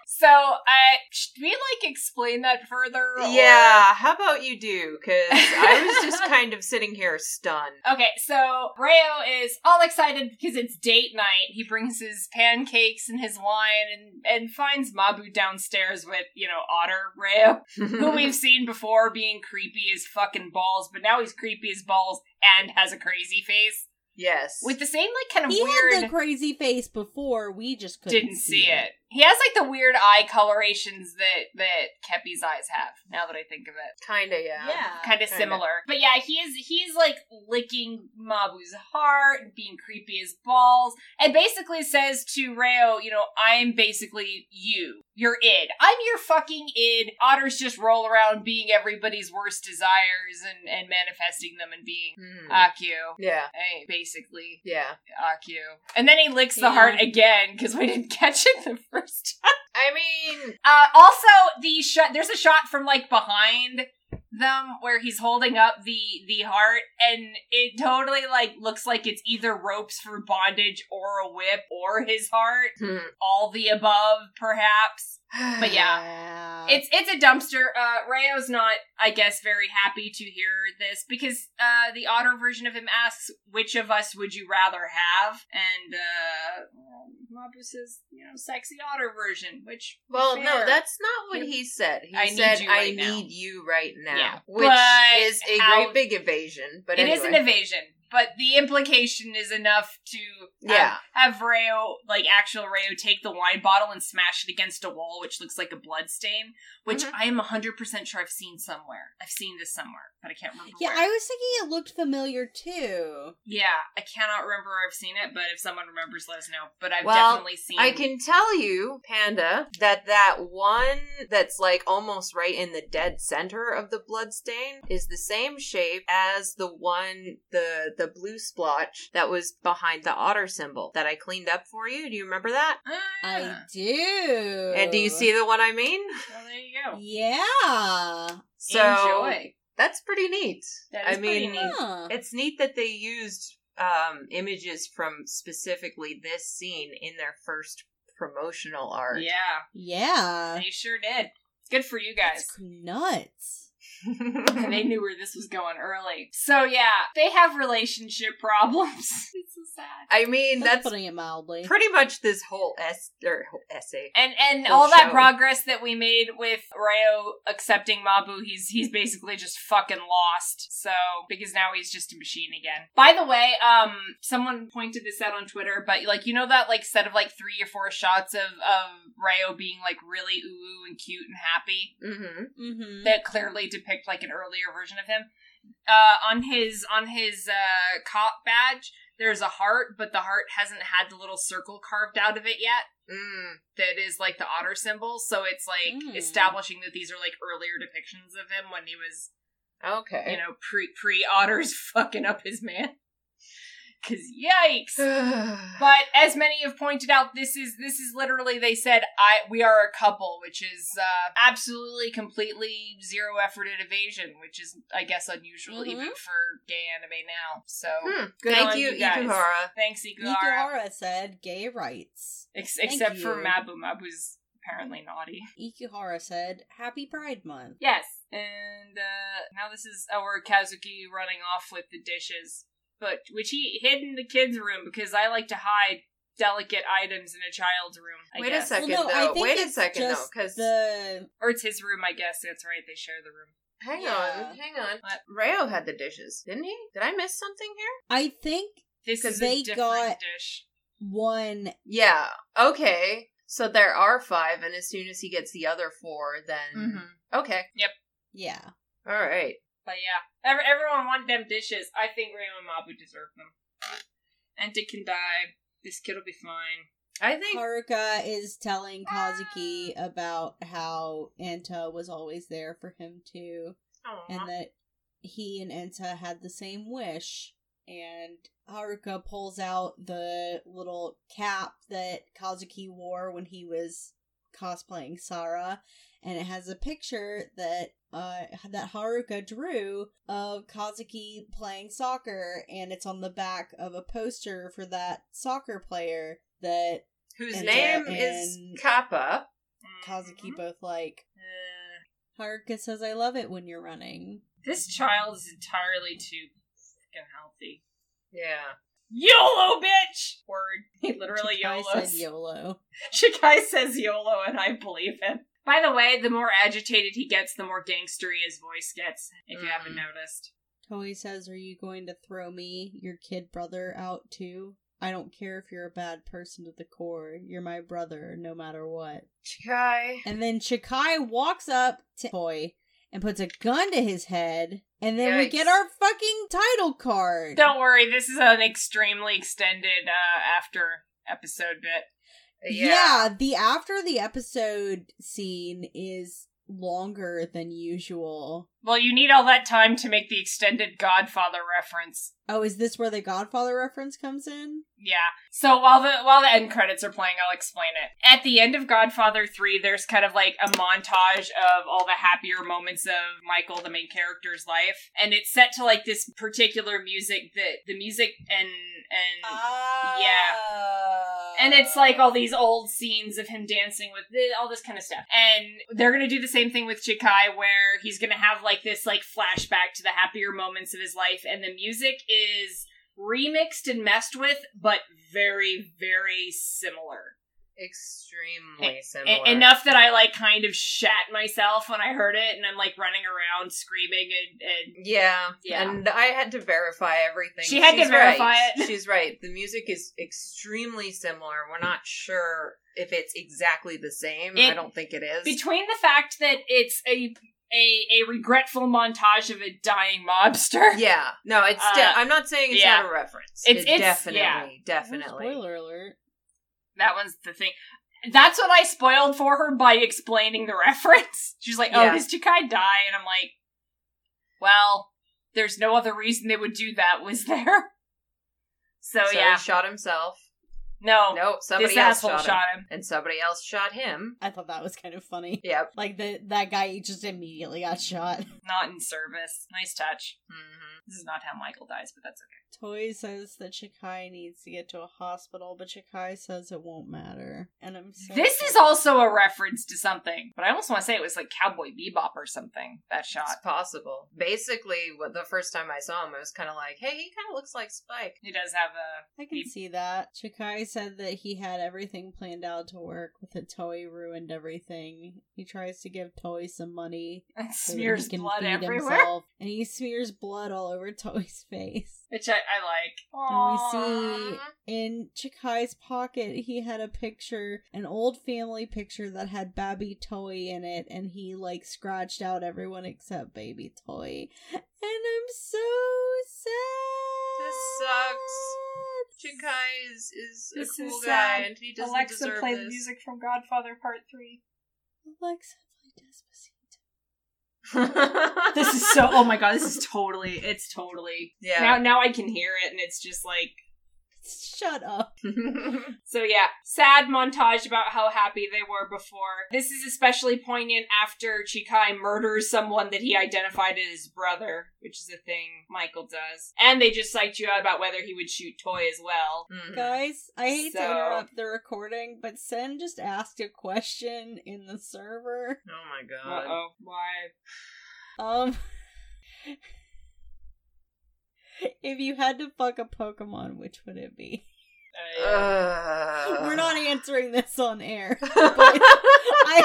Speaker 3: so, uh, should we like explain that further? or-
Speaker 2: yeah, how about you do? Because I
Speaker 3: *laughs*
Speaker 2: was just kind of sitting here stunned.
Speaker 3: Okay, so Rayo is all excited because it's date night. He brings his pancakes and his wine and, and finds Mabu downstairs with, you know, Otter Rayo,
Speaker 1: *laughs*
Speaker 3: who we've seen before being creepy as fucking balls, but now he's creepy as balls and has a crazy face.
Speaker 2: *laughs* yes.
Speaker 3: With the same, like, kind of
Speaker 1: He
Speaker 3: weird.
Speaker 1: had the crazy face before, we just couldn't
Speaker 3: didn't see it. He has like the weird eye colorations that that Kepi's eyes have. Now that I think of it,
Speaker 2: kinda, yeah.
Speaker 3: kind of
Speaker 2: kinda.
Speaker 3: similar. But yeah, he is he's like licking Mabu's heart, and being creepy as balls, and basically says to Reo, you know, I'm basically you. You're id. I'm your fucking id. Otters just roll around being everybody's worst desires and and manifesting them and being
Speaker 2: Hmm.
Speaker 3: Akio.
Speaker 2: yeah.
Speaker 3: Hey, basically
Speaker 2: Yeah.
Speaker 3: Akio. And then he licks the
Speaker 1: Yeah.
Speaker 3: heart again because we didn't *laughs* catch it the first time.
Speaker 2: I mean,
Speaker 3: Uh, also, the shot there's a shot from like behind them where he's holding up the the heart, and it totally like looks like it's either ropes for bondage or a whip or his heart, all the above, perhaps. Hmm.
Speaker 2: *sighs*
Speaker 3: But
Speaker 2: Uh,
Speaker 1: yeah.
Speaker 3: It's it's a dumpster. Uh, Rayo's not, I guess, very happy to hear this because uh, the otter version of him asks, "Which of us would you rather have?" And uh, Mabu says, "You know, sexy otter version." Which
Speaker 2: well, no,
Speaker 3: fair.
Speaker 2: that's not what he said. He
Speaker 3: I need
Speaker 2: said,
Speaker 3: you right
Speaker 2: "I
Speaker 3: now."
Speaker 2: need you right now,"
Speaker 3: Yeah.
Speaker 2: which
Speaker 3: But
Speaker 2: is a
Speaker 3: how-
Speaker 2: great big evasion. But
Speaker 3: It
Speaker 2: anyway.
Speaker 3: is an evasion, but the implication is enough to have,
Speaker 2: Yeah.
Speaker 3: have Rayo, like actual Rayo, take the wine bottle and smash it against a wall, which looks like a blood stain, which
Speaker 2: Mhm.
Speaker 3: I am 100% sure I've seen somewhere. I've seen this somewhere, but I can't remember.
Speaker 1: yeah,
Speaker 3: where.
Speaker 1: I was thinking it looked familiar too.
Speaker 3: yeah, I cannot remember where I've seen it, but if someone remembers, let us know. But I've
Speaker 2: Well,
Speaker 3: definitely seen
Speaker 2: I can tell you, Panda, that that one that's like almost right in the dead center of the bloodstain is the same shape as the one the the blue splotch that was behind the otter symbol that I cleaned up for you. Do you remember that?
Speaker 3: Ah,
Speaker 1: I do.
Speaker 2: And do you
Speaker 3: Uh,
Speaker 2: see the one I mean?
Speaker 3: well, there you go.
Speaker 1: Yeah.
Speaker 2: So
Speaker 3: Enjoy.
Speaker 2: that's pretty neat.
Speaker 3: That is
Speaker 2: I
Speaker 3: pretty
Speaker 2: mean,
Speaker 3: neat.
Speaker 1: Huh.
Speaker 2: it's neat that they used um, images from specifically this scene in their first promotional art. *laughs*
Speaker 3: Yeah,
Speaker 1: Yeah.
Speaker 3: they sure did. Good for you guys.
Speaker 1: That's nuts.
Speaker 3: *laughs* And they knew where this was going early. So yeah, they have relationship problems. *laughs* it's so sad.
Speaker 2: I mean,
Speaker 1: That's,
Speaker 2: that's
Speaker 1: putting it mildly.
Speaker 2: pretty much this whole es- or whole essay.
Speaker 3: And and
Speaker 2: For
Speaker 3: all that
Speaker 2: show.
Speaker 3: progress that we made with Ryo accepting Mabu, he's he's basically just fucking lost. So because now he's just a machine again. By the way, um, someone pointed this out on Twitter, but like you know that like set of like three or four shots of of Ryo being like really ooh and cute and happy.
Speaker 2: Mm-hmm.
Speaker 1: Mm-hmm.
Speaker 3: that clearly depict like an earlier version of him. Uh, on his on his uh, cop badge, there's a heart, but the heart hasn't had the little circle carved out of it yet.
Speaker 2: Mm.
Speaker 3: that is like the otter symbol. So it's like
Speaker 1: Mm.
Speaker 3: establishing that these are like earlier depictions of him when he was,
Speaker 2: Okay. *sighs*
Speaker 3: you know, pre pre otters *laughs* fucking up his man. Cause yikes. But as many have pointed out, this is this is literally they said I we are a couple, which is uh, absolutely completely zero effort at evasion, which is I guess unusual
Speaker 1: Mhm.
Speaker 3: even for gay anime now. So
Speaker 2: Mm-hmm. Hmm.
Speaker 3: good
Speaker 2: Thank
Speaker 3: on
Speaker 2: you,
Speaker 3: you guys.
Speaker 2: Ikuhara.
Speaker 3: thanks, Ikuhara.
Speaker 1: Ikuhara said gay rights.
Speaker 3: Ex- except for
Speaker 1: you.
Speaker 3: Mabu, Mabu's apparently naughty.
Speaker 1: Ikuhara said happy Pride Month.
Speaker 3: Yes. And uh, now this is our Kazuki running off with the dishes, but which he hid in the kids' room because I like to hide delicate items in a child's room. I
Speaker 2: Wait
Speaker 3: guess.
Speaker 2: a second,
Speaker 1: Well, no, I
Speaker 2: though.
Speaker 1: think
Speaker 2: Wait a
Speaker 1: it's
Speaker 2: second, though,
Speaker 1: just
Speaker 2: because
Speaker 1: The
Speaker 3: Or it's his room. I guess that's right. They share the room.
Speaker 2: hang
Speaker 1: Yeah.
Speaker 2: on, hang on.
Speaker 3: What?
Speaker 2: Rayo had the dishes, didn't he? Did I miss something here?
Speaker 1: I think
Speaker 3: This
Speaker 1: 'Cause
Speaker 3: is
Speaker 1: they
Speaker 3: a different
Speaker 1: got-
Speaker 3: dish.
Speaker 1: one
Speaker 2: Yeah. Okay. So there are five, and as soon as he gets the other four, then
Speaker 1: Mm-hmm.
Speaker 2: okay,
Speaker 1: yeah.
Speaker 2: all right.
Speaker 3: But yeah, ev- everyone wanted them dishes. I think Ray and Mabu deserve them. And Dick can die. This kid will be fine.
Speaker 2: I think
Speaker 1: Haruka is telling Kazuki about how Anta was always there for him too.
Speaker 2: Uh-huh.
Speaker 1: and that he and Enta had the same wish. And Haruka pulls out the little cap that Kazuki wore when he was cosplaying Sara, and it has a picture that uh that Haruka drew of Kazuki playing soccer, and it's on the back of a poster for that soccer player that
Speaker 2: whose
Speaker 1: and, uh,
Speaker 2: name is
Speaker 1: and-
Speaker 2: Kappa.
Speaker 1: Kazuki
Speaker 3: Mhm.
Speaker 1: both like.
Speaker 3: Uh,
Speaker 1: Haruka says, "I love it when you're running."
Speaker 3: This child is entirely too fucking healthy.
Speaker 2: Yeah.
Speaker 3: YOLO, bitch! Word.
Speaker 1: *laughs*
Speaker 3: He literally
Speaker 1: Chikai
Speaker 3: YOLOs. *laughs*
Speaker 1: said YOLO.
Speaker 3: Shikai says YOLO, and I believe him. By the way, the more agitated he gets, the more gangstery his voice gets, if you haven't
Speaker 2: Mm.
Speaker 3: noticed.
Speaker 1: Toei says, Are you going to throw me, your kid brother, out too? I don't care if you're a bad person to the core. You're my brother, no matter what.
Speaker 2: Chikai.
Speaker 1: And then Shikai walks up to Toy and puts a gun to his head. And then we
Speaker 2: Yikes.
Speaker 1: get our fucking title card.
Speaker 3: Don't worry, this is an extremely extended uh, after episode bit.
Speaker 1: Yeah. the after the episode scene is longer than usual.
Speaker 3: Well, you need all that time to make the extended Godfather reference.
Speaker 1: Oh, is this where the Godfather reference comes in?
Speaker 3: Yeah. So while the while the end credits are playing, I'll explain it. At the end of Godfather 3, there's kind of like a montage of all the happier moments of Michael, the main character's life, and it's set to like this particular music that the music and and Yeah.
Speaker 2: Oh.
Speaker 3: and it's like all these old scenes of him dancing with the, all this kind of stuff. And they're gonna do the same thing with Chikai, where he's gonna have like this like flashback to the happier moments of his life, and the music is remixed and messed with, but very, very similar.
Speaker 2: Extremely
Speaker 3: E-
Speaker 2: similar.
Speaker 3: enough that I like kind of shat myself when I heard it, and I'm like running around screaming and. and
Speaker 2: Yeah,
Speaker 3: Yeah.
Speaker 2: and I had to verify everything.
Speaker 3: She had to verify
Speaker 2: right.
Speaker 3: it.
Speaker 2: She's right. The music is extremely similar. We're not sure if it's exactly the same.
Speaker 3: It-
Speaker 2: I don't think it is.
Speaker 3: between the fact that it's a a, a regretful montage of a dying mobster.
Speaker 2: yeah, no, it's. de-
Speaker 3: Uh,
Speaker 2: I'm not saying it's
Speaker 3: yeah.
Speaker 2: not a reference.
Speaker 3: It's-
Speaker 2: It
Speaker 3: it's-
Speaker 2: definitely,
Speaker 3: yeah.
Speaker 2: definitely.
Speaker 1: Spoiler alert.
Speaker 3: That was the thing. That's what I spoiled for her by explaining the *laughs* reference. She's like, "Oh,
Speaker 2: Yeah.
Speaker 3: does Chikai die?" And I'm like, "Well, there's no other reason they would do that, *laughs* was there?" So,
Speaker 2: so
Speaker 3: yeah,
Speaker 2: he shot himself.
Speaker 3: no,
Speaker 2: No, somebody
Speaker 3: this
Speaker 2: else
Speaker 3: asshole
Speaker 2: shot him.
Speaker 3: shot him.
Speaker 2: and somebody else shot him.
Speaker 1: I thought that was kind of funny.
Speaker 2: Yep.
Speaker 1: Like the that guy just immediately got shot. *laughs*
Speaker 3: Not in service. Nice touch.
Speaker 2: hmm
Speaker 3: This is not how Michael dies, but that's okay.
Speaker 1: Toy says that Shikai needs to get to a hospital, but Shikai says it won't matter. And I'm so
Speaker 3: This is also a reference to something, but I almost want to say it was like Cowboy Bebop or something. That shot.
Speaker 2: It's possible. Basically, what the first time I saw him, I was kind of like, "Hey, he kind of looks like Spike."
Speaker 3: He does have a. *laughs*
Speaker 1: I can see that. Shikai said that he had everything planned out to work, but that Toei ruined everything. He tries to give Toei some money so that
Speaker 3: smears
Speaker 1: he can
Speaker 3: blood
Speaker 1: feed
Speaker 3: everywhere,
Speaker 1: himself, and he smears blood all over Toei's *laughs* face.
Speaker 3: which I, I like.
Speaker 1: And we see
Speaker 2: Aw.
Speaker 1: in Chikai's pocket, he had a picture, an old family picture that had Baby Toy in it, and he like scratched out everyone except Baby Toy. And I'm so sad.
Speaker 2: This sucks. Shinkai is is a
Speaker 3: This
Speaker 2: cool
Speaker 3: is,
Speaker 2: guy,
Speaker 3: um,
Speaker 2: and he doesn't
Speaker 3: Alexa,
Speaker 2: deserve
Speaker 3: play
Speaker 2: this. *laughs*
Speaker 3: the music from Godfather Part 3.
Speaker 1: Alexa, play Despacito. *laughs*
Speaker 3: This is so, oh my god, this is totally, it's totally. Now,
Speaker 2: *laughs* yeah.
Speaker 3: now I can hear it, and it's just like,
Speaker 1: Shut up.
Speaker 2: Mm,
Speaker 3: So yeah, sad montage about how happy they were before. This is especially poignant after Chikai murders someone that he identified as his brother, which is a thing Michael does. And they just psyched you out about whether he would shoot Toy as well.
Speaker 2: Mhm.
Speaker 1: Guys, I hate
Speaker 3: So-
Speaker 1: to interrupt the recording, but Sen just asked a question in the server.
Speaker 2: Oh my
Speaker 3: Uh
Speaker 2: god.
Speaker 3: oh, why?
Speaker 1: Um If you had to fuck a Pokemon, which would it be?
Speaker 3: Uh,
Speaker 2: Ugh.
Speaker 1: We're
Speaker 2: *laughs*
Speaker 1: not answering this on air. but- I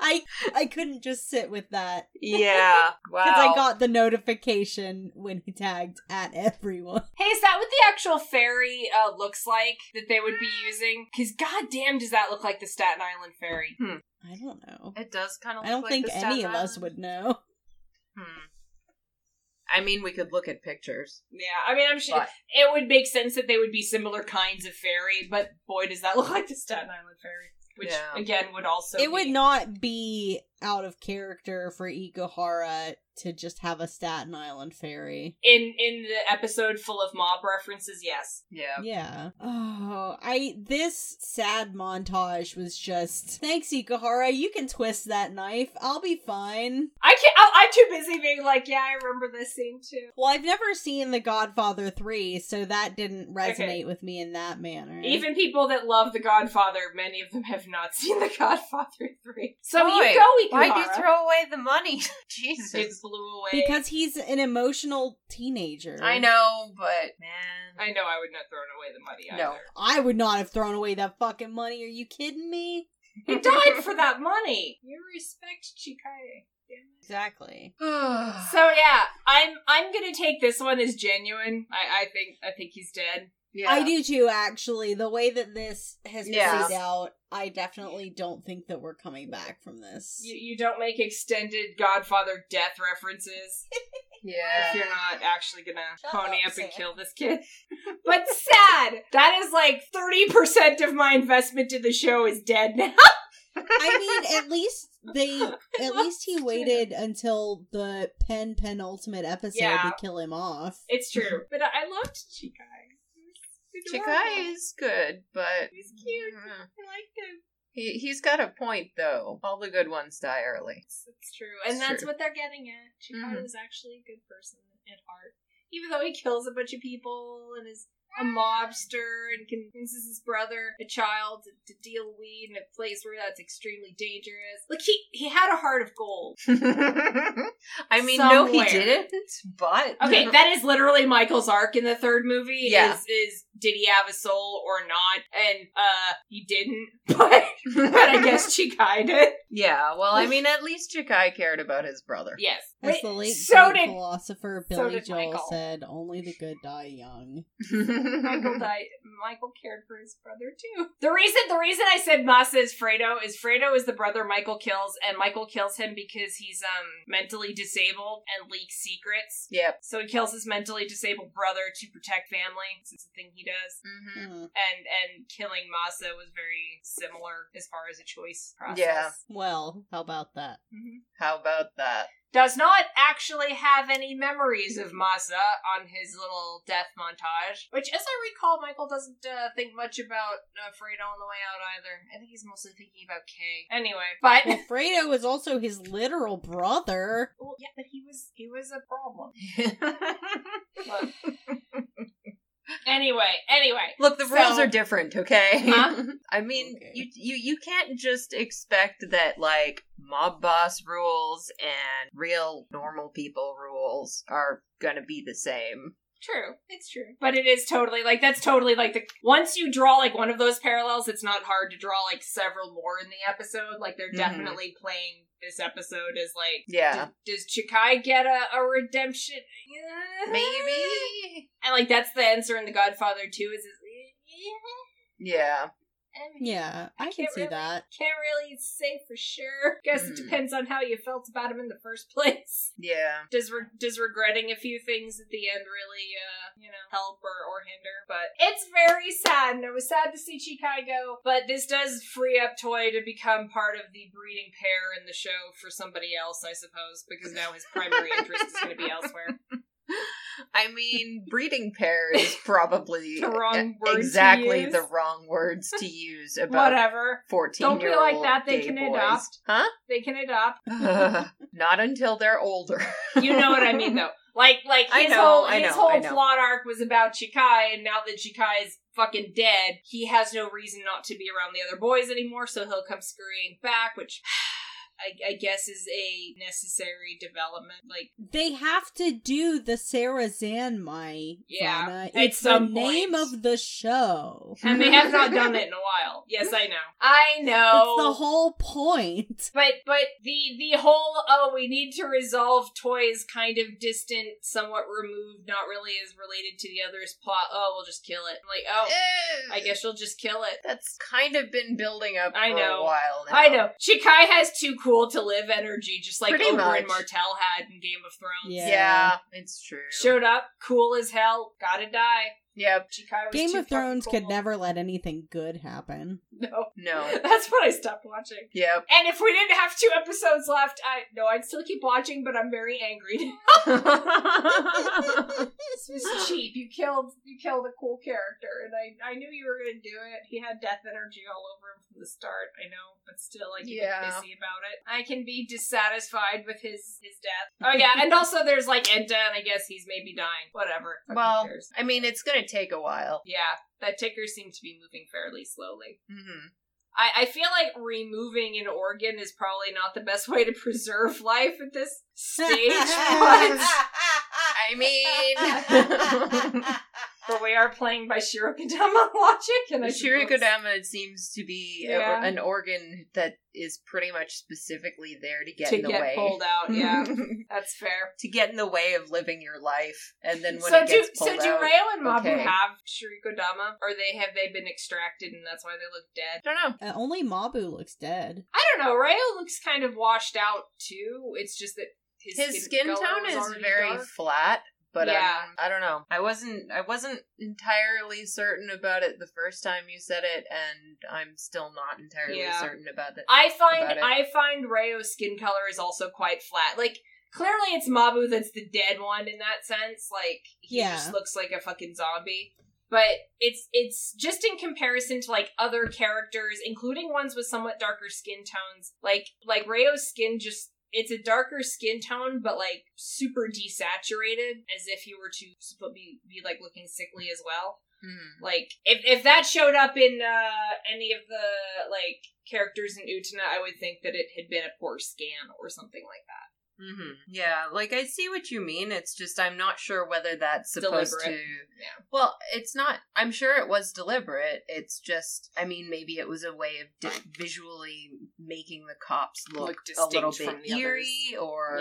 Speaker 1: I I couldn't just sit with that.
Speaker 3: *laughs*
Speaker 2: yeah. Wow.
Speaker 1: Because I got the notification when he tagged at everyone.
Speaker 3: hey, is that what the actual fairy uh, looks like that they would be using? Because goddamn, does that look like the Staten Island fairy?
Speaker 1: I don't know.
Speaker 2: It does kind of.
Speaker 1: I don't
Speaker 2: like
Speaker 1: think
Speaker 2: the
Speaker 1: any
Speaker 2: Staten
Speaker 1: of us
Speaker 2: Island.
Speaker 1: would know.
Speaker 2: Hmm. I mean, we could look at pictures.
Speaker 3: Yeah, I mean, I'm sure
Speaker 2: But-
Speaker 3: it would make sense that they would be similar kinds of fairy, but boy, does that look like the Staten Island fairy, which
Speaker 2: Yeah.
Speaker 3: again would also
Speaker 1: it would
Speaker 3: be-
Speaker 1: not be out of character for Ikuhara to just have a Staten Island fairy.
Speaker 3: in in the episode full of mob references. Yes,
Speaker 2: Yeah.
Speaker 1: Yeah. Oh, I this sad montage was just thanks Ikuhara. You can twist that knife. I'll be fine.
Speaker 3: I can't. I, I'm too busy being like, yeah, I remember this scene too.
Speaker 1: Well, I've never seen The Godfather 3, so that didn't resonate
Speaker 3: Okay.
Speaker 1: with me in that manner.
Speaker 3: Even people that love The Godfather, many of them have not *laughs* seen The Godfather three. So
Speaker 2: Boy,
Speaker 3: you go, Ikuhara.
Speaker 2: Why'd you throw away the money? *laughs* Jesus.
Speaker 3: It blew away.
Speaker 1: because he's an emotional teenager.
Speaker 2: I know, but man.
Speaker 3: I know I would not throw away the money. Either.
Speaker 2: No.
Speaker 1: I would not have thrown away that fucking money. Are you kidding me?
Speaker 3: he died for that money. You respect
Speaker 1: *sighs*
Speaker 3: Chikae. Damn it.
Speaker 1: Exactly.
Speaker 2: *sighs*
Speaker 3: So yeah, I'm I'm gonna take this one as genuine. I, I think I think he's dead.
Speaker 2: yeah.
Speaker 1: I do too, actually. The way that this has
Speaker 2: Yeah.
Speaker 1: played out, I definitely don't think that we're coming back from this.
Speaker 3: You you don't make extended Godfather death references if
Speaker 2: Yeah.
Speaker 3: you're not actually gonna
Speaker 1: Shut
Speaker 3: pony
Speaker 1: up,
Speaker 3: up and
Speaker 1: Sam.
Speaker 3: kill this kid. But sad. That is like thirty percent of my investment in the show is dead now. *laughs*
Speaker 1: I mean, at least they,
Speaker 3: *laughs*
Speaker 1: at least he waited until the pen penultimate episode
Speaker 3: Yeah.
Speaker 1: to kill him off.
Speaker 3: It's true. But I loved Chikai. He's adorable.
Speaker 2: Chikai is good, but
Speaker 3: He's cute.
Speaker 2: Mm.
Speaker 3: I liked him.
Speaker 2: He he's got a point though. All the good ones die early. *laughs*
Speaker 3: It's, it's true. And
Speaker 2: It's
Speaker 3: that's
Speaker 2: true.
Speaker 3: what they're getting at. Chicago
Speaker 2: Mhm.
Speaker 3: is actually a good person at heart. Even though he kills a bunch of people and is a mobster and convinces his brother, a child, to, to deal weed in a place where that's extremely dangerous. Like, he, he had a heart of
Speaker 2: *laughs*
Speaker 3: gold.
Speaker 2: I mean, no, he
Speaker 3: Somewhere.
Speaker 2: didn't. But *laughs*
Speaker 3: Okay, that is literally Michael's arc in the third movie.
Speaker 2: Yeah.
Speaker 3: Is, is did he have a soul or not? And, uh, he didn't. *laughs* But, but I guess Chikai did.
Speaker 2: *laughs* Yeah. Well, I mean, at least Chikai cared about his brother.
Speaker 3: Yes.
Speaker 1: As
Speaker 3: Wait,
Speaker 1: the late
Speaker 3: so
Speaker 1: great
Speaker 3: did
Speaker 1: philosopher
Speaker 3: so
Speaker 1: Billy
Speaker 3: did
Speaker 1: Joel
Speaker 3: Michael.
Speaker 1: said, "Only the good die young."
Speaker 2: *laughs* Mm-hmm.
Speaker 3: Michael died. Michael cared for his brother too. The reason the reason I said Masa is Fredo is Fredo is the brother Michael kills, and Michael kills him because he's um mentally disabled and leaks secrets.
Speaker 2: Yep.
Speaker 3: So he kills his mentally disabled brother to protect family. It's a thing he does.
Speaker 2: hmm
Speaker 1: Hmm.
Speaker 3: And and killing Masa was very similar as far as a choice process.
Speaker 2: Yeah.
Speaker 1: Well, how about that?
Speaker 3: Mhm.
Speaker 2: How about
Speaker 3: *laughs*
Speaker 2: that?
Speaker 3: Does not actually have any memories of Masa on his little death montage, which, as I recall, Michael doesn't uh, think much about uh, Fredo on the way out either. I think he's mostly thinking about Kay. Anyway, but *laughs*
Speaker 1: Well, Fredo is also his literal brother.
Speaker 3: Well, yeah, but he was he was a problem. Anyway, anyway,
Speaker 2: Look, the
Speaker 3: So-
Speaker 2: rules are different, okay?
Speaker 3: Huh?
Speaker 2: *laughs* I mean,
Speaker 1: Okay.
Speaker 2: you, you you can't just expect that like mob boss rules and real normal people rules are gonna be the same.
Speaker 3: true, it's true, but it is totally like that's totally like the once you draw like one of those parallels, it's not hard to draw like several more in the episode. Like they're
Speaker 2: Mhm.
Speaker 3: definitely playing this episode as like *laughs*
Speaker 2: Yeah,
Speaker 3: D- Does, Chikai get a, a redemption? Yeah.
Speaker 2: maybe.
Speaker 3: And like that's the answer in The Godfather 2 is, is
Speaker 2: Yeah,
Speaker 3: I mean,
Speaker 1: Yeah, I, can
Speaker 3: can't
Speaker 1: see
Speaker 3: really-
Speaker 1: that.
Speaker 3: Can't really say for sure. Guess it
Speaker 2: Hmm.
Speaker 3: depends on how you felt about him in the first place.
Speaker 2: Yeah.
Speaker 3: does re- does regretting a few things at the end really uh you know help or, or hinder but it's very sad and it was sad to see chikai go but this does free up toy to become part of the breeding pair in the show for somebody else i suppose because now his primary interest is going to be elsewhere
Speaker 2: I
Speaker 3: *laughs*
Speaker 2: mean, breeding pair is probably e-,
Speaker 3: The wrong word to
Speaker 2: exactly
Speaker 3: use.
Speaker 2: the wrong words to
Speaker 3: *laughs*
Speaker 2: use about
Speaker 3: whatever
Speaker 2: 14
Speaker 3: Don't be
Speaker 2: year
Speaker 3: like
Speaker 2: old
Speaker 3: that, they
Speaker 2: gay
Speaker 3: can
Speaker 2: boys.
Speaker 3: adopt.
Speaker 2: Huh?
Speaker 3: they can adopt *laughs*
Speaker 2: Ugh, *laughs* not until they're older.
Speaker 3: you know what
Speaker 2: *laughs*
Speaker 3: i mean though like like
Speaker 2: I
Speaker 3: his
Speaker 2: know,
Speaker 3: whole
Speaker 2: I
Speaker 3: his
Speaker 2: know, I
Speaker 3: whole
Speaker 2: know.
Speaker 3: plot arc was about chikai and now that chikai is fucking dead he has no reason not to be around the other boys anymore so he'll come scurrying back which *sighs* I, I guess is a necessary development like
Speaker 1: They have to do the Sarah Zanmai.
Speaker 3: Yeah,
Speaker 1: Lana.
Speaker 3: at
Speaker 1: It's
Speaker 3: some
Speaker 1: the name
Speaker 3: point.
Speaker 1: of the show.
Speaker 3: and they have not done it in a
Speaker 2: *laughs*
Speaker 3: while yes i know i know
Speaker 1: It's the whole point.
Speaker 3: But but the the whole oh we need to resolve toys kind of distant, somewhat removed, not really as related to the others plot. Oh, we'll just kill it. like oh, I guess you'll just kill it.
Speaker 2: that's kind of been building up
Speaker 3: I
Speaker 2: for
Speaker 3: know.
Speaker 2: a while now.
Speaker 3: I know. Chikai has too cool to live energy, just like
Speaker 2: Pretty
Speaker 3: Oberyn
Speaker 2: much.
Speaker 3: Martell had in Game of Thrones.
Speaker 1: Yeah.
Speaker 2: Yeah, it's true.
Speaker 3: Showed up, cool as hell, gotta die.
Speaker 2: Yep.
Speaker 3: Chikai was
Speaker 1: Game
Speaker 3: too
Speaker 1: of Thrones
Speaker 3: fucking
Speaker 1: could
Speaker 3: cool.
Speaker 1: never let anything good
Speaker 2: *laughs*
Speaker 1: happen.
Speaker 3: No.
Speaker 2: No.
Speaker 3: *laughs* That's when I stopped watching. *laughs*
Speaker 2: Yep.
Speaker 3: And if we didn't have two episodes left, I no, I'd still keep watching, but I'm very angry now.
Speaker 2: *gasps*
Speaker 3: This was cheap. You killed you killed a cool character, and I I knew you were gonna do it. He had death energy all over him from the start. I know, but still, I can
Speaker 2: Yeah.
Speaker 3: be pissy about it. I can be dissatisfied with his his death. Oh yeah, and also there's like Enta, and I guess he's maybe dying. Whatever. Fucking
Speaker 2: well,
Speaker 3: cares.
Speaker 2: I mean, it's going to take a while.
Speaker 3: yeah, that ticker seemed to be moving fairly slowly.
Speaker 2: hmm
Speaker 3: I, I feel like removing an organ is probably not the best *laughs* way to preserve life at this
Speaker 2: *laughs*
Speaker 3: stage, but,
Speaker 2: I mean,
Speaker 3: but we are playing by Shirokadama *laughs* logic, and I suppose-
Speaker 2: Shirikodama seems to be a-
Speaker 3: Yeah.
Speaker 2: an organ that is pretty much specifically there to get in the way.
Speaker 3: pulled out.
Speaker 2: *laughs*
Speaker 3: Yeah, that's fair.
Speaker 2: to get in the way of living your life, and then when
Speaker 3: so
Speaker 2: it
Speaker 3: do
Speaker 2: gets
Speaker 3: so
Speaker 2: pulled
Speaker 3: do
Speaker 2: out,
Speaker 3: Rayo and Mabu
Speaker 2: okay.
Speaker 3: have Shirikodama, or they have they been extracted and that's why they look
Speaker 2: I
Speaker 3: dead?
Speaker 2: don't know.
Speaker 1: *laughs* Uh, only Mabu looks dead.
Speaker 3: I don't know. Rayo looks kind of washed out too. It's just that his,
Speaker 2: His, skin,
Speaker 3: color
Speaker 2: tone
Speaker 3: was
Speaker 2: is
Speaker 3: already
Speaker 2: very
Speaker 3: dark.
Speaker 2: flat, but
Speaker 3: Yeah.
Speaker 2: um, I don't know. I wasn't I wasn't entirely certain about it the first time you said it, and I'm still not entirely
Speaker 3: Yeah.
Speaker 2: certain about it.
Speaker 3: I
Speaker 2: about
Speaker 3: find
Speaker 2: it.
Speaker 3: I find Rayo's skin color is also quite flat. Like clearly it's Mabu that's the dead one in that sense. Like he
Speaker 1: Yeah.
Speaker 3: just looks like a fucking zombie. But it's it's just in comparison to like other characters, including ones with somewhat darker skin tones. Like like Rayo's skin just it's a darker skin tone, but like super desaturated, as if you were to be, be like looking sickly as well.
Speaker 2: Hmm.
Speaker 3: Like if if that showed up in uh any of the like characters in Utana, I would think that it had been a poor scan or something like that.
Speaker 2: hmm Yeah, like I see what you mean. It's just I'm not sure whether that's supposed
Speaker 3: Deliberate.
Speaker 2: to.
Speaker 3: Yeah.
Speaker 2: Well, it's not. I'm sure it was deliberate. It's just, I mean, maybe it was a way of di- visually making the cops look,
Speaker 3: Look
Speaker 2: a little
Speaker 3: distinct from
Speaker 2: bit
Speaker 3: the others.
Speaker 2: eerie, or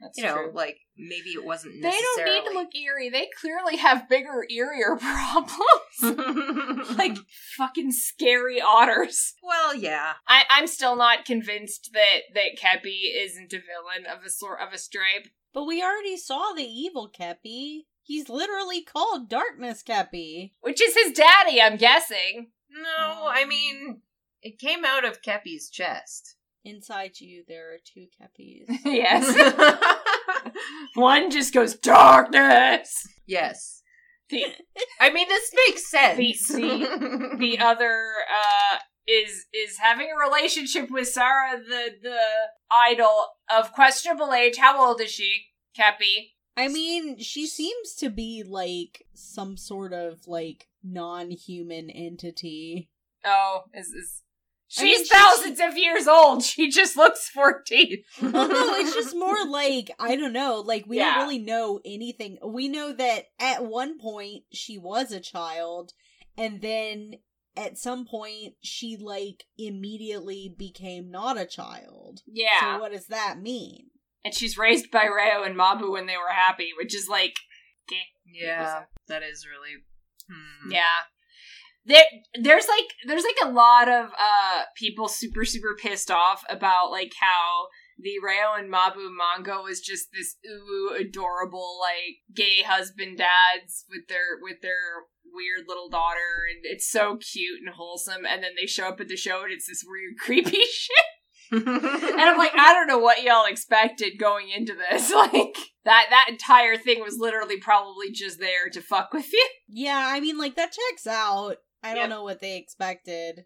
Speaker 3: that's
Speaker 2: you know, like maybe it wasn't.
Speaker 4: They don't need to
Speaker 2: necessarily-
Speaker 4: look eerie. They clearly have bigger, eerier *laughs*
Speaker 3: *laughs*
Speaker 4: problems. like,
Speaker 3: fucking scary otters.
Speaker 2: *laughs* well, yeah.
Speaker 4: I, I'm still not convinced that that Kepi isn't a villain of a sort of a stripe.
Speaker 1: But we already saw the evil Kepi. He's literally called Darkness Kepi.
Speaker 4: Which is his daddy, I'm guessing.
Speaker 2: No, I mean, it came out of Kepi's chest.
Speaker 1: Inside you, there are two Kepis.
Speaker 4: *laughs*
Speaker 3: *laughs*
Speaker 4: yes. One just goes *laughs* darkness.
Speaker 2: *laughs* yes.
Speaker 4: The
Speaker 2: I mean, this makes sense. *laughs*
Speaker 4: the- the other uh is is having a relationship with Sarah the the idol of questionable age. How old is she? Kepi.
Speaker 1: *laughs* I mean, she seems to be like some sort of like non-human entity.
Speaker 4: Oh, is is
Speaker 1: I mean,
Speaker 4: She's
Speaker 1: she-
Speaker 4: thousands of years old. She just looks 14.
Speaker 1: *laughs* Well,
Speaker 3: *laughs*
Speaker 1: no,
Speaker 4: *laughs*
Speaker 1: it's just more like I don't know. Like we
Speaker 4: Yeah.
Speaker 1: don't really know anything. We know that at one point she was a child, and then at some point she like immediately became not a child.
Speaker 4: Yeah.
Speaker 1: So what does that mean?
Speaker 4: and she's raised by Reo and Mabu when they were happy, which is like,
Speaker 2: yeah, that is really. Hmm.
Speaker 4: yeah.
Speaker 3: there there's like there's like a lot of uh people super super pissed off about like how the Rao and Mabu manga was just this ooh adorable like gay husband dads with their with their weird little daughter and it's so cute and wholesome and then they show up at the show and it's this weird *laughs* creepy shit and
Speaker 2: *laughs*
Speaker 3: I'm like I don't know what y'all expected going into this *laughs* like that that entire thing was literally probably just there to fuck with you
Speaker 1: Yeah, I mean, like, that checks out. I don't
Speaker 4: Yep.
Speaker 1: know what they expected.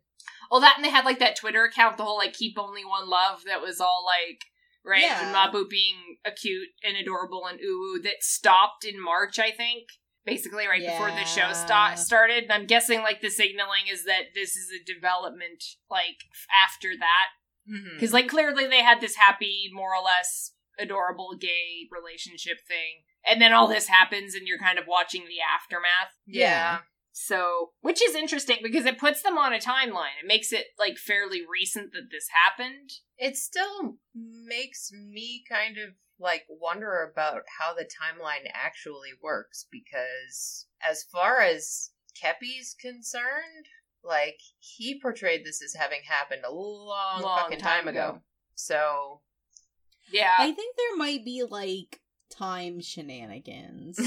Speaker 3: Well, that and they had like that Twitter account, the whole like keep only one love that was all like Ray and
Speaker 1: Yeah.
Speaker 3: Mabu being acute and adorable and ooh ooh, that stopped in March, I think. Basically, right before the show
Speaker 1: Yeah.
Speaker 3: sta- started, and I'm guessing like the signaling is that this is a development like f- after that,
Speaker 1: Hmm.
Speaker 2: Mhm.
Speaker 3: because like clearly they had this happy, more or less adorable gay relationship thing, and then all this happens, and you're kind of watching the aftermath.
Speaker 1: Yeah.
Speaker 3: So, which is interesting because it puts them on a timeline. It makes it like fairly recent that this happened.
Speaker 2: It still makes me kind of like wonder about how the timeline actually works because as far as Kepi's concerned, like he portrayed this as having happened a long,
Speaker 3: Long
Speaker 2: fucking time,
Speaker 3: time
Speaker 2: ago.
Speaker 3: ago.
Speaker 2: So
Speaker 3: Yeah.
Speaker 1: I think there might be, like, time
Speaker 2: *laughs*
Speaker 1: shenanigans.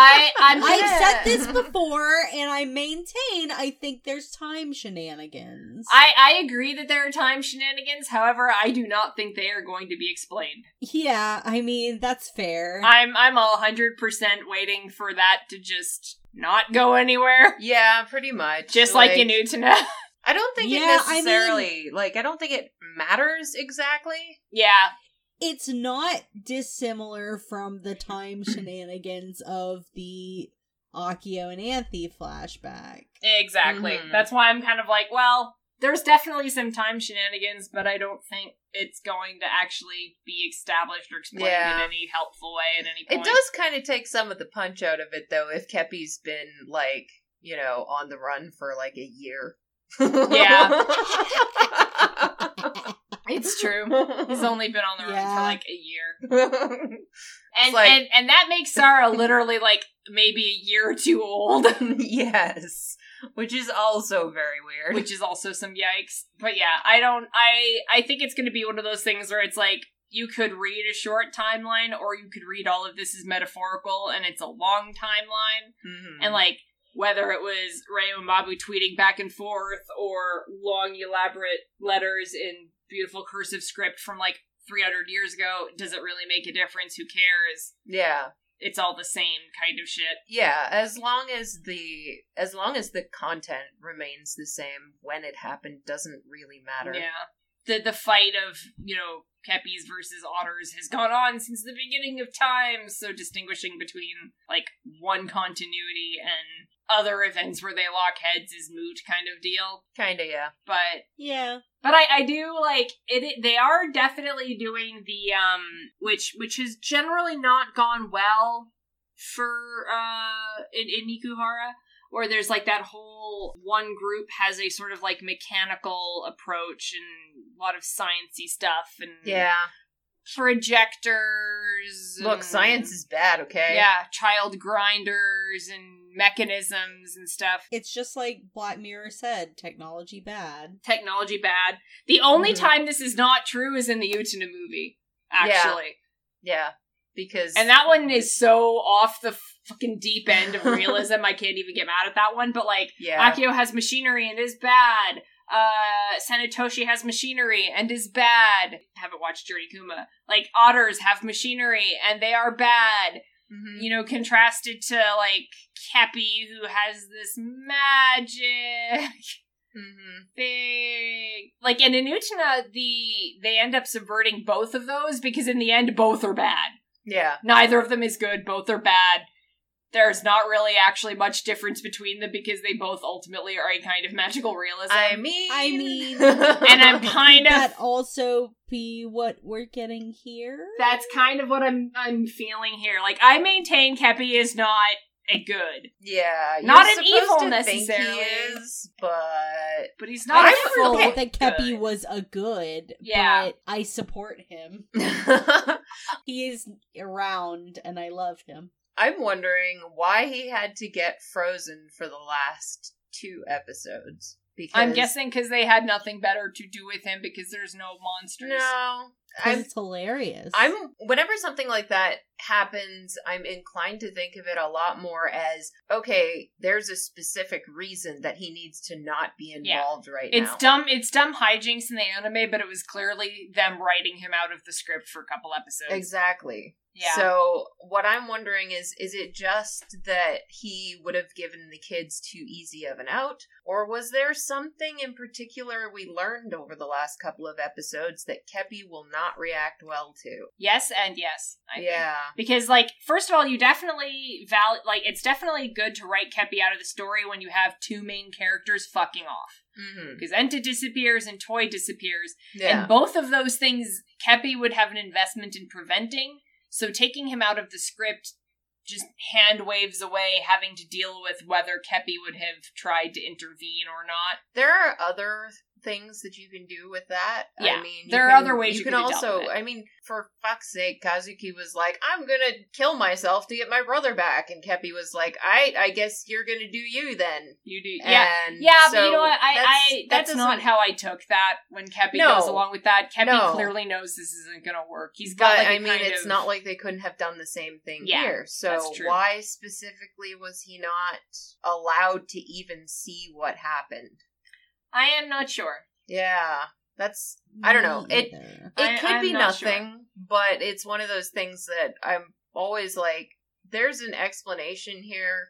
Speaker 3: I I'm gonna,
Speaker 1: I've said this before, and I maintain I think there's time shenanigans.
Speaker 3: I I agree that there are time shenanigans. However, I do not think they are going to be explained.
Speaker 1: yeah, I mean that's fair.
Speaker 3: I'm I'm a hundred percent waiting for that to just not go anywhere. *laughs*
Speaker 2: Yeah, pretty much.
Speaker 3: Just like, in Utana.
Speaker 2: I don't think it
Speaker 1: Yeah, I mean-
Speaker 2: necessarily like I don't think it matters exactly.
Speaker 3: *laughs* yeah.
Speaker 1: it's not dissimilar from the time shenanigans of the Akio and Anthe flashback.
Speaker 3: Exactly.
Speaker 2: Mhm.
Speaker 3: That's why I'm kind of like, well, there's definitely some time shenanigans, but I don't think it's going to actually be established or explained
Speaker 2: Yeah.
Speaker 3: in any helpful way at any
Speaker 2: It
Speaker 3: point.
Speaker 2: does kind of take some of the punch out of it though if Kepi's been like, you know, on the run for like a year. *laughs*
Speaker 3: Yeah. It's true. He's
Speaker 2: It's
Speaker 3: only been on the run
Speaker 1: Yeah.
Speaker 3: for like a year,
Speaker 2: It's
Speaker 3: and
Speaker 2: like-
Speaker 3: and and that makes Sarah literally like maybe a year or
Speaker 2: *laughs*
Speaker 3: two old,
Speaker 2: *laughs* yes, which is also very weird.
Speaker 3: which is also some yikes. But yeah, I don't. I I think it's going to be one of those things where it's like you could read a short timeline, or you could read all of this is metaphorical, and it's a long timeline.
Speaker 2: Mhm.
Speaker 3: and like whether it was Ray and Mabu tweeting back and forth or long elaborate letters in beautiful cursive script from like 300 years ago does it really make a difference who cares
Speaker 2: yeah,
Speaker 3: it's all the same kind of shit
Speaker 2: yeah. As long as the as long as the content remains the same, when it happened doesn't really matter.
Speaker 3: yeah the the fight of you know kepis versus otters has gone on since the beginning of time so distinguishing between like one continuity and other events where they lock heads is moot kind of deal
Speaker 2: Kinda, yeah.
Speaker 3: but
Speaker 1: Yeah.
Speaker 3: But I, I do like it, it. They are definitely doing the um, which which has generally not gone well for uh in, in Nikuhara, where there's like that whole one group has a sort of like mechanical approach and a lot of sciency stuff and
Speaker 2: Yeah.
Speaker 3: projectors.
Speaker 2: Look,
Speaker 3: and-
Speaker 2: science is bad, okay?
Speaker 3: Mm. yeah, child grinders and mechanisms and stuff.
Speaker 1: It's just like Black Mirror said, technology bad.
Speaker 3: technology bad. The only
Speaker 2: Mhm.
Speaker 3: time this is not true is in the Utena movie,
Speaker 2: Yeah.
Speaker 3: actually.
Speaker 2: Yeah. Because
Speaker 3: And that one is so off the fucking deep
Speaker 2: *laughs*
Speaker 3: end of realism, I can't even get mad at that one. But like,
Speaker 2: Yeah.
Speaker 3: Akio has machinery and is bad. Uh, Sanatoshi has machinery and is bad. Haven't watched Yurikuma. Like, otters have machinery and they are bad.
Speaker 2: Mhm.
Speaker 3: You know, contrasted to like Kepi, who has this magic
Speaker 2: Mhm.
Speaker 3: thing. Like and in Utena, the they end up subverting both of those because in the end, both are bad.
Speaker 2: Yeah.
Speaker 3: Neither of them is good. Both are bad. There's not really actually much difference between them because they both ultimately are a kind of magical realism.
Speaker 2: I mean
Speaker 1: I
Speaker 2: *laughs*
Speaker 1: mean-
Speaker 3: Um, and I'm kind
Speaker 1: Could
Speaker 3: of
Speaker 1: that also be what we're getting here?
Speaker 3: that's kind of what I'm I'm feeling here. Like I maintain Kepi is not a good,
Speaker 2: Yeah. you're
Speaker 3: Not an
Speaker 2: supposed
Speaker 3: evil
Speaker 2: to think he
Speaker 3: necessarily.
Speaker 2: is, but *laughs*
Speaker 3: but he's
Speaker 1: I
Speaker 3: not. a
Speaker 1: never
Speaker 3: full
Speaker 1: thought that Kepi
Speaker 3: good.
Speaker 1: was a good,
Speaker 3: Yeah.
Speaker 1: but I support him. He is around and I love him.
Speaker 2: I'm wondering why he had to get frozen for the last two episodes. Because
Speaker 3: I'm guessing because they had nothing better to do with him because there's no monsters.
Speaker 2: No,
Speaker 1: 'Cause
Speaker 2: I'm
Speaker 1: it's hilarious.
Speaker 2: I'm whenever something like that happens, I'm inclined to think of it a lot more as okay, there's a specific reason that he needs to not be
Speaker 3: Yeah.
Speaker 2: involved right
Speaker 3: It's
Speaker 2: now.
Speaker 3: dumb. It's dumb hijinks in the anime, but it was clearly them writing him out of the script for a couple episodes.
Speaker 2: Exactly.
Speaker 3: Yeah.
Speaker 2: So what I'm wondering is is it just that he would have given the kids too easy of an out or was there something in particular we learned over the last couple of episodes that Kepi will not react well to?
Speaker 3: Yes, and yes. I think.
Speaker 2: yeah.
Speaker 3: Because, like, first of all, you definitely val like it's definitely good to write Kepi out of the story when you have two main characters fucking off.
Speaker 2: hmm
Speaker 3: Because Enta disappears and Toy disappears,
Speaker 2: Yeah.
Speaker 3: Mm-hmm. and both of those things Kepi would have an investment in preventing. So taking him out of the script just hand waves away having to deal with whether Kepi would have tried to intervene or not.
Speaker 2: there are other things that you can do with that.
Speaker 3: Yeah,
Speaker 2: I mean, you
Speaker 3: there are
Speaker 2: can-
Speaker 3: other ways you
Speaker 2: can
Speaker 3: could have dealt
Speaker 2: also.
Speaker 3: with it.
Speaker 2: I mean, for fuck's sake, Kazuki was like, "I'm gonna kill myself to get my brother back," and Kepi was like, "I, I guess you're gonna do you then."
Speaker 3: You do, yeah.
Speaker 2: And
Speaker 3: Yeah, but
Speaker 2: so
Speaker 3: you know what? I,
Speaker 2: that's-
Speaker 3: I
Speaker 2: that
Speaker 3: that's
Speaker 2: doesn't-
Speaker 3: not how I took that. When Kepi
Speaker 2: No.
Speaker 3: goes along with that, Kepi
Speaker 2: No.
Speaker 3: clearly knows this isn't going to work. He's
Speaker 2: But
Speaker 3: got like a
Speaker 2: I mean,
Speaker 3: kind
Speaker 2: it's
Speaker 3: of-
Speaker 2: not like they couldn't have done the same thing
Speaker 3: Yeah,
Speaker 2: here. So
Speaker 3: that's true.
Speaker 2: why specifically was he not allowed to even see what happened?
Speaker 3: I am not sure.
Speaker 2: Yeah, that's I don't know.
Speaker 1: Me
Speaker 2: It-
Speaker 1: either.
Speaker 2: It
Speaker 3: I-
Speaker 2: could
Speaker 3: I'm
Speaker 2: be
Speaker 3: not sure.
Speaker 2: nothing, but it's one of those things that I'm always like, there's an explanation here,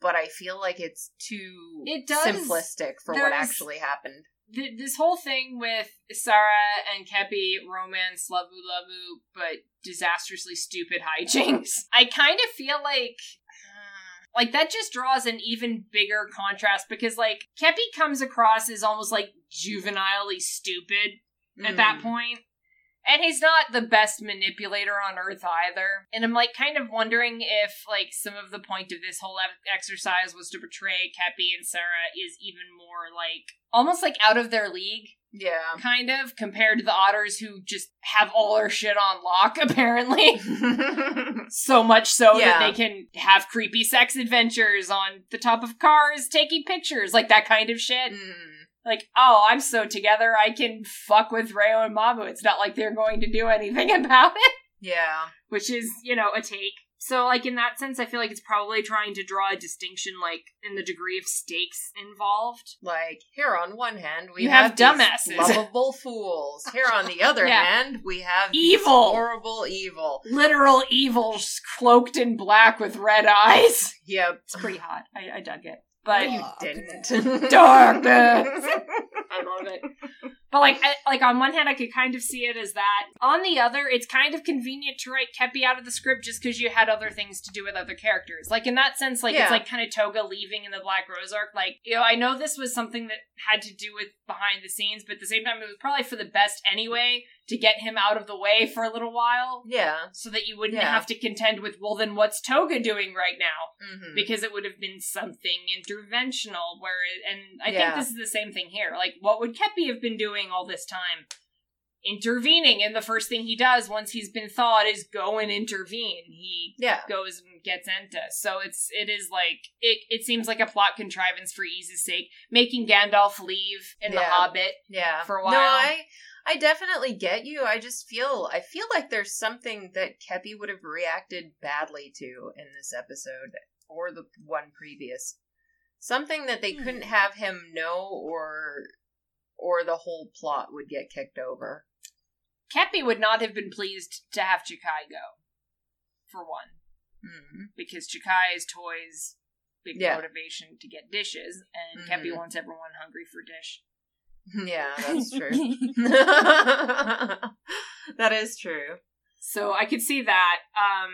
Speaker 2: but I feel like it's too
Speaker 3: It does-
Speaker 2: simplistic for what
Speaker 3: there's-
Speaker 2: actually happened.
Speaker 3: Th- this whole thing with Sarah and Kepi romance, lovu lovu, but disastrously stupid hijinks. *laughs* I kind of feel like. *sighs* Like that just draws an even bigger contrast because like Kepi comes across as almost like juvenilely stupid at
Speaker 2: Mm.
Speaker 3: that point. And he's not the best manipulator on earth either. And I'm like kind of wondering if like some of the point of this whole ep- exercise was to portray Kepi and Sarah is even more like almost like out of their league
Speaker 2: Yeah. *laughs*
Speaker 3: kind of compared to the otters who just have all their shit on lock *laughs* apparently. So much so that
Speaker 2: Yeah.
Speaker 3: they can have creepy sex adventures on the top of cars, taking pictures, like that kind of shit
Speaker 2: Mm.
Speaker 3: like, oh, I'm so together, I can fuck with Rayo and Mamu. It's not like they're going to do anything *laughs* about it,
Speaker 2: yeah.
Speaker 3: which is, you know, a take. So, like, in that sense, I feel like it's probably trying to draw a distinction, like, in the degree of stakes involved.
Speaker 2: Like here on one hand we
Speaker 3: You have
Speaker 2: these
Speaker 3: dumbasses. *laughs*
Speaker 2: lovable fools. Here on the other
Speaker 3: Yeah.
Speaker 2: hand we have these
Speaker 3: Evil.
Speaker 2: horrible evil.
Speaker 3: Literal evil cloaked in black with red eyes. *laughs*
Speaker 2: Yep,
Speaker 3: It's pretty hot. I, I dug it.
Speaker 2: No,
Speaker 3: But
Speaker 2: you
Speaker 1: Fuck.
Speaker 2: didn't. *laughs*
Speaker 3: *laughs* Darkness. I love it. But like, I, like on one hand, I could kind of see it as that. On the other, it's kind of convenient to write Kepi out of the script just because you had other things to do with other characters. Like in that sense, like
Speaker 2: Yeah.
Speaker 3: it's like kind of Toga leaving in the Black Rose arc. Like, you know, I know this was something that had to do with behind the scenes, but at the same time, it was probably for the best anyway to get him out of the way for a little while.
Speaker 2: yeah.
Speaker 3: So that you wouldn't
Speaker 2: Yeah.
Speaker 3: have to contend with, well, then what's Toga doing right now?
Speaker 2: hmm
Speaker 3: because it would have been something interventional where and i
Speaker 2: Yeah.
Speaker 3: think this is the same thing here like what would kepi have been doing all this time intervening and the first thing he does once he's been thawed is go and intervene he
Speaker 2: Yeah.
Speaker 3: goes and gets enta so it's it is like it, it seems like a plot contrivance for ease's sake making gandalf leave in the
Speaker 2: Yeah.
Speaker 3: hobbit
Speaker 2: yeah
Speaker 3: for a
Speaker 2: No,
Speaker 3: while.
Speaker 2: I I definitely get you. I just feel I feel like there's something that Kepi would have reacted badly to in this episode or the one previous. Something that they
Speaker 1: Hmm.
Speaker 2: couldn't have him know or or the whole plot would get kicked over.
Speaker 3: kepi would not have been pleased to have chikai go for one
Speaker 2: Mhm.
Speaker 3: because Chikai's toys big
Speaker 2: Yeah.
Speaker 3: motivation to get dishes, and
Speaker 2: Mhm.
Speaker 3: Kepi wants everyone hungry for dish.
Speaker 2: Mm-hmm. *laughs* Yeah, that's
Speaker 1: *laughs*
Speaker 3: *laughs*
Speaker 2: true. that is true.
Speaker 3: So I could see that. Um,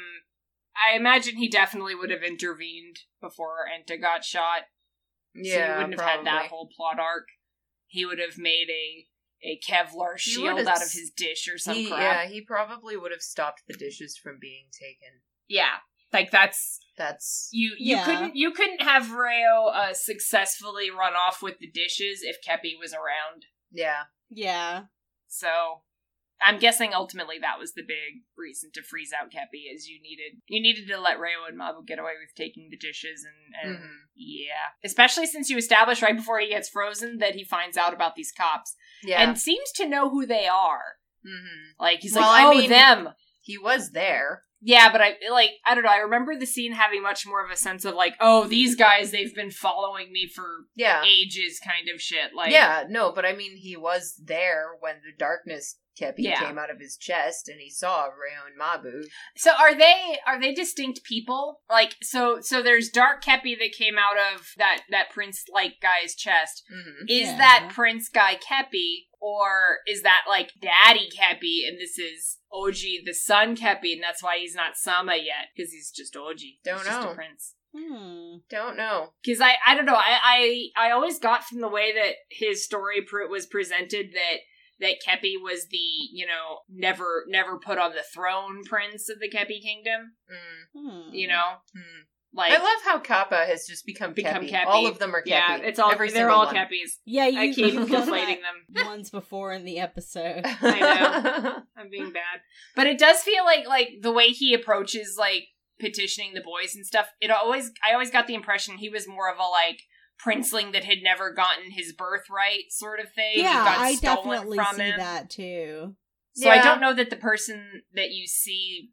Speaker 3: I imagine he definitely would have intervened before Enta got shot,
Speaker 2: Yeah,
Speaker 3: so you wouldn't have had
Speaker 2: probably.
Speaker 3: that whole plot arc. He would have made a a Kevlar
Speaker 2: He
Speaker 3: shield
Speaker 2: would've
Speaker 3: out of
Speaker 2: s-
Speaker 3: his dish or some
Speaker 2: He-
Speaker 3: crap.
Speaker 2: yeah, he probably would have stopped the dishes from being taken.
Speaker 3: yeah, like that's
Speaker 2: That's
Speaker 3: you you
Speaker 1: Yeah.
Speaker 3: couldn't you couldn't have Rayo uh, successfully run off with the dishes if Kepi was around.
Speaker 2: yeah.
Speaker 1: Yeah.
Speaker 3: So I'm guessing ultimately that was the big reason to freeze out Kepi is you needed you needed to let Rayo and Mabu get away with taking the dishes and, and
Speaker 2: Mhm.
Speaker 3: yeah, especially since you establish right before he gets frozen that he finds out about these cops
Speaker 2: Yeah.
Speaker 3: and seems to know who they are.
Speaker 2: hmm
Speaker 3: Like he's
Speaker 2: Well,
Speaker 3: like,
Speaker 2: I
Speaker 3: oh,
Speaker 2: mean-
Speaker 3: them.
Speaker 2: He was there.
Speaker 3: Yeah, but I like I don't know. I remember the scene having much more of a sense of like, oh, these guys they've been following me for
Speaker 2: Yeah.
Speaker 3: ages, kind of shit. Like,
Speaker 2: yeah, no, but I mean, he was there when the darkness Kepi
Speaker 3: Yeah.
Speaker 2: came out of his chest and he saw Rayo and Mabu.
Speaker 3: So are they are they distinct people? Like, so so there's Dark Kepi that came out of that that prince like guy's chest.
Speaker 2: hmm
Speaker 3: Is
Speaker 1: Yeah.
Speaker 3: that Prince guy Kepi or is that like Daddy Kepi and this is Oji the son Kepi and that's why he's not Sama yet because he's just Oji.
Speaker 2: Don't
Speaker 3: he's Just
Speaker 2: know.
Speaker 3: a prince.
Speaker 1: Hmm.
Speaker 2: Don't know.
Speaker 3: because I, I don't know I, I I always got from the way that his story pr- was presented that that Kepi was the you know never never put on the throne prince of the Kepi kingdom
Speaker 2: Mm,
Speaker 1: Hmm.
Speaker 3: you know
Speaker 2: mm.
Speaker 3: like
Speaker 2: I love how Kappa has just become,
Speaker 3: Become
Speaker 2: Kepi.
Speaker 3: Kepi.
Speaker 2: All of them are Kepi.
Speaker 3: yeah it's all
Speaker 2: Every
Speaker 3: they're
Speaker 2: single
Speaker 3: all
Speaker 2: one.
Speaker 3: Kepis
Speaker 1: Yeah, you
Speaker 2: *laughs*
Speaker 3: I keep
Speaker 1: you've done
Speaker 3: conflating them
Speaker 1: *laughs* that Once before in the
Speaker 3: *laughs*
Speaker 1: episode.
Speaker 3: I
Speaker 2: *laughs*
Speaker 3: know. I'm being bad but it does feel like like the way he approaches like petitioning the boys and stuff it always I always got the impression he was more of a like princeling that had never gotten his birthright sort of thing It
Speaker 1: yeah,
Speaker 3: got
Speaker 1: I
Speaker 3: stolen
Speaker 1: definitely
Speaker 3: from
Speaker 1: see
Speaker 3: him.
Speaker 1: that too.
Speaker 3: So I
Speaker 2: Yeah.
Speaker 3: don't know that the person that you see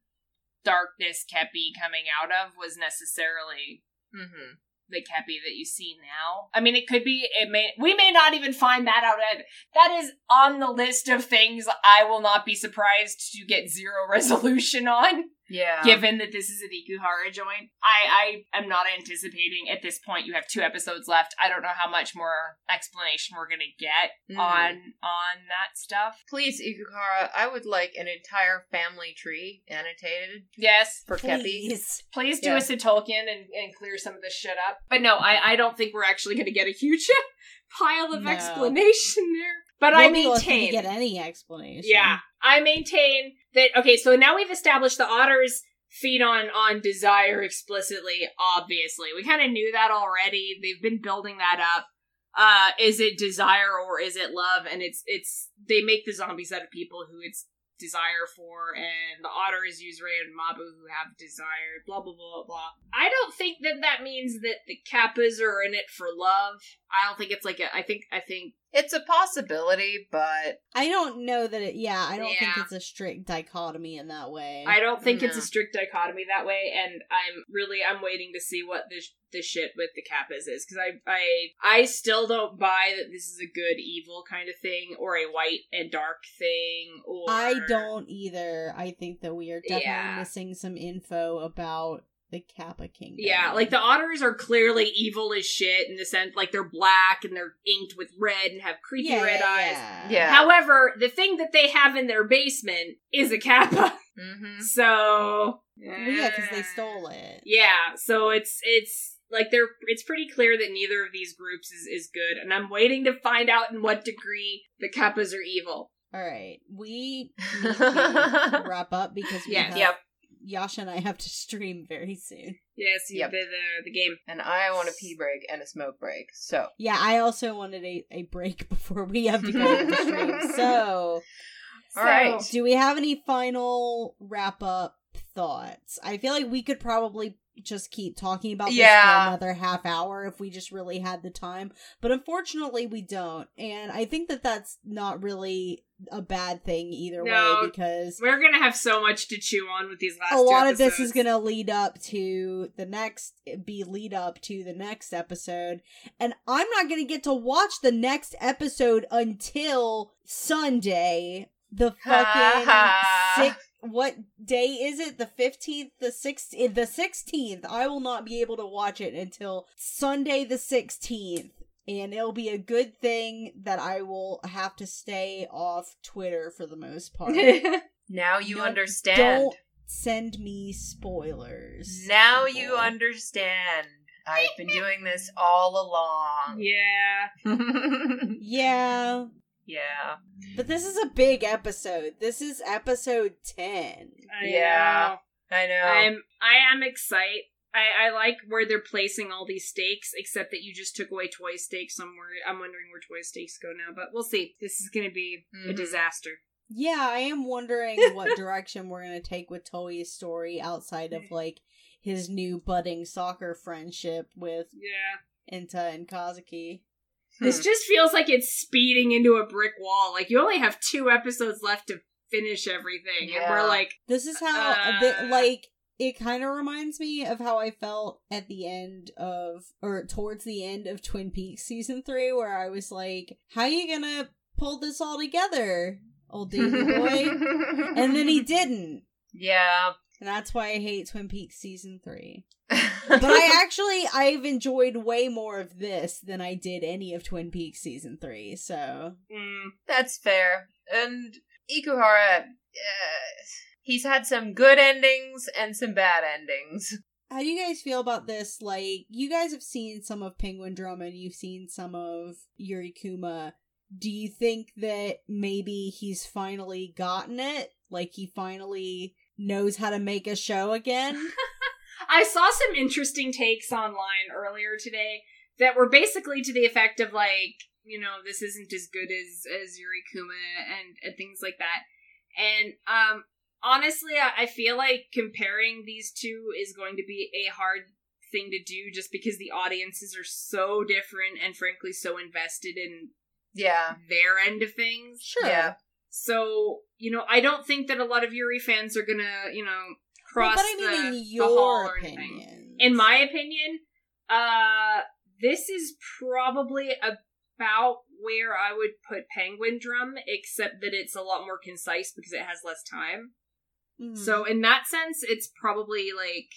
Speaker 3: darkness Kepi coming out of was necessarily
Speaker 1: Mm-hmm.
Speaker 2: Mhm.
Speaker 3: the Kepi that you see now. I mean, it could be. It may. We may not even find that out. Either. That is on the list of things I will not be surprised to get zero *laughs* resolution on.
Speaker 2: Yeah.
Speaker 3: Given that this is an Ikuhara joint, I I am not anticipating at this point. You have two episodes left. I don't know how much more explanation we're gonna get
Speaker 2: Mm.
Speaker 3: on on that stuff.
Speaker 2: Please, Ikukara, I would like an entire family tree annotated
Speaker 3: Yes,
Speaker 2: for Kepi.
Speaker 1: Please.
Speaker 3: Please do
Speaker 2: Yeah.
Speaker 3: us a Tolkien and, and clear some of this shit up. But no, I, I don't think we're actually going to get a huge *laughs* pile of
Speaker 1: No.
Speaker 3: explanation there. But I
Speaker 1: We'll be lucky to
Speaker 3: maintain.
Speaker 1: get any explanation.
Speaker 3: Yeah, I maintain that. Okay, so now we've established the otters feed on on desire explicitly. Obviously, we kind of knew that already. They've been building that up. Uh, is it desire or is it love? And it's it's they make the zombies out of people who it's desire for, and the otters use Ray and Mabu who have desire. Blah blah blah blah. I don't think that that means that the Kappas are in it for love. I don't think it's like a. I think I think
Speaker 2: It's a possibility, but
Speaker 1: I don't know that it. Yeah, I don't think
Speaker 3: Yeah.
Speaker 1: it's a strict dichotomy in that way.
Speaker 3: I don't think it's a
Speaker 2: No.
Speaker 3: strict dichotomy that way, and I'm really I'm waiting to see what the sh- the shit with the kappas is because I I I still don't buy that this is a good evil kind of thing or a white and dark thing or
Speaker 1: I don't either. I think that we are definitely
Speaker 3: Yeah.
Speaker 1: missing some info about the Kappa Kingdom.
Speaker 3: Yeah, like the otters are clearly evil as shit in the sense like they're black and they're inked with red and have creepy
Speaker 1: yeah,
Speaker 3: red eyes.
Speaker 1: yeah.
Speaker 2: yeah.
Speaker 3: However, the thing that they have in their basement is a kappa,
Speaker 2: Mhm.
Speaker 3: *laughs* so eh.
Speaker 1: Well, yeah, because they stole it.
Speaker 3: Yeah, so it's it's like they're it's pretty clear that neither of these groups is is good, and I'm waiting to find out in what degree the Kappas are evil.
Speaker 1: All right,
Speaker 2: *laughs*
Speaker 1: we need to wrap up because we
Speaker 3: Yeah,
Speaker 1: have,
Speaker 2: yep.
Speaker 1: Yasha and I have to stream very soon.
Speaker 3: Yes, you-
Speaker 2: Yep.
Speaker 3: the, the the game.
Speaker 2: And I want a pee break and a smoke break. So
Speaker 1: Yeah, I also wanted a, a break *laughs* before we have
Speaker 2: *laughs*
Speaker 1: to go to the stream. So,
Speaker 2: All right.
Speaker 1: do we have any final wrap up thoughts? I feel like we could probably just keep talking about this
Speaker 2: Yeah.
Speaker 1: for another half hour if we just really had the time, but unfortunately we don't. And I think that that's not really a bad thing either
Speaker 3: No.
Speaker 1: way because
Speaker 3: We're gonna have so much to chew on with these last.
Speaker 1: a
Speaker 3: two
Speaker 1: lot of this
Speaker 3: episodes.
Speaker 1: is going to lead up to the next be lead up to the next episode and i'm not going to get to watch the next episode until sunday
Speaker 3: *laughs*
Speaker 1: the fucking six what day is it the 15th the 16th the 16th i will not be able to watch it until sunday the 16th and it'll be a good thing that i will have to stay off twitter for the
Speaker 3: *laughs*
Speaker 1: most *laughs* part
Speaker 2: Now you
Speaker 1: No,
Speaker 2: understand.
Speaker 1: don't send me spoilers.
Speaker 2: Now you
Speaker 1: people.
Speaker 2: understand. I've been doing this all along.
Speaker 3: yeah.
Speaker 1: Yeah,
Speaker 2: *laughs* yeah.
Speaker 1: but this is a big episode. This is episode 10.
Speaker 3: I
Speaker 2: Yeah. I know.
Speaker 3: know. I'm I am excited. I, I like where they're placing all these stakes, except that you just took away toy
Speaker 1: Mm-hmm.
Speaker 3: stakes. I'm worried. I'm wondering where toy stakes go now, but we'll see. This is going to be a
Speaker 2: Mhm.
Speaker 3: disaster.
Speaker 1: Yeah, I am wondering
Speaker 2: *laughs*
Speaker 1: what direction we're gonna take with Toei's story outside
Speaker 2: Mm.
Speaker 1: of like his new budding soccer friendship with
Speaker 5: Yeah.
Speaker 1: Inta and Kazuki.
Speaker 2: Hmm.
Speaker 5: This just feels like it's speeding into a brick wall. Like you only have two episodes left to finish everything. And
Speaker 2: Yeah.
Speaker 5: we're like,
Speaker 1: This is how
Speaker 5: Uh.
Speaker 1: th- like it kind of reminds me of how I felt at the end of or towards the end of Twin Peaks season 3 where I was like, how you going to pull this all together, old
Speaker 2: Hmm.
Speaker 1: Davy
Speaker 2: *laughs*
Speaker 1: boy? and then he didn't.
Speaker 2: Yeah.
Speaker 1: And that's why I hate Twin Peaks season 3. But I actually I've enjoyed way more of this than I did any of Twin Peaks season 3. So,
Speaker 5: mm,
Speaker 2: That's fair. And Ikuhara, uh, he's had some good endings and some bad endings. *laughs*
Speaker 1: How do you guys feel about this? Like, you guys have seen some of Penguin Drama and you've seen some of Yurikuma. Do you think that maybe he's finally gotten it? Like, he finally knows how to make a show again?
Speaker 5: *laughs* I saw some interesting takes online earlier today that were basically to the effect of like, you know, this isn't as good as as Yurikuma and, and things like that. And um honestly, I, I feel like comparing these two is going to be a hard thing to do just because the audiences are so different and frankly so invested in
Speaker 2: Yeah.
Speaker 5: their end of things.
Speaker 1: Sure.
Speaker 2: Yeah.
Speaker 5: So, you know, I don't think that a lot of Yuri fans are gonna, you know,
Speaker 1: Well,
Speaker 5: cross
Speaker 1: but I mean,
Speaker 5: the,
Speaker 1: in
Speaker 5: the hall
Speaker 1: your
Speaker 5: or anything
Speaker 1: opinion.
Speaker 5: in my opinion, uh, this is probably about where I would put Penguin Drum, except that it's a lot more concise because it has less time.
Speaker 1: Mhm.
Speaker 5: So in that sense, it's probably like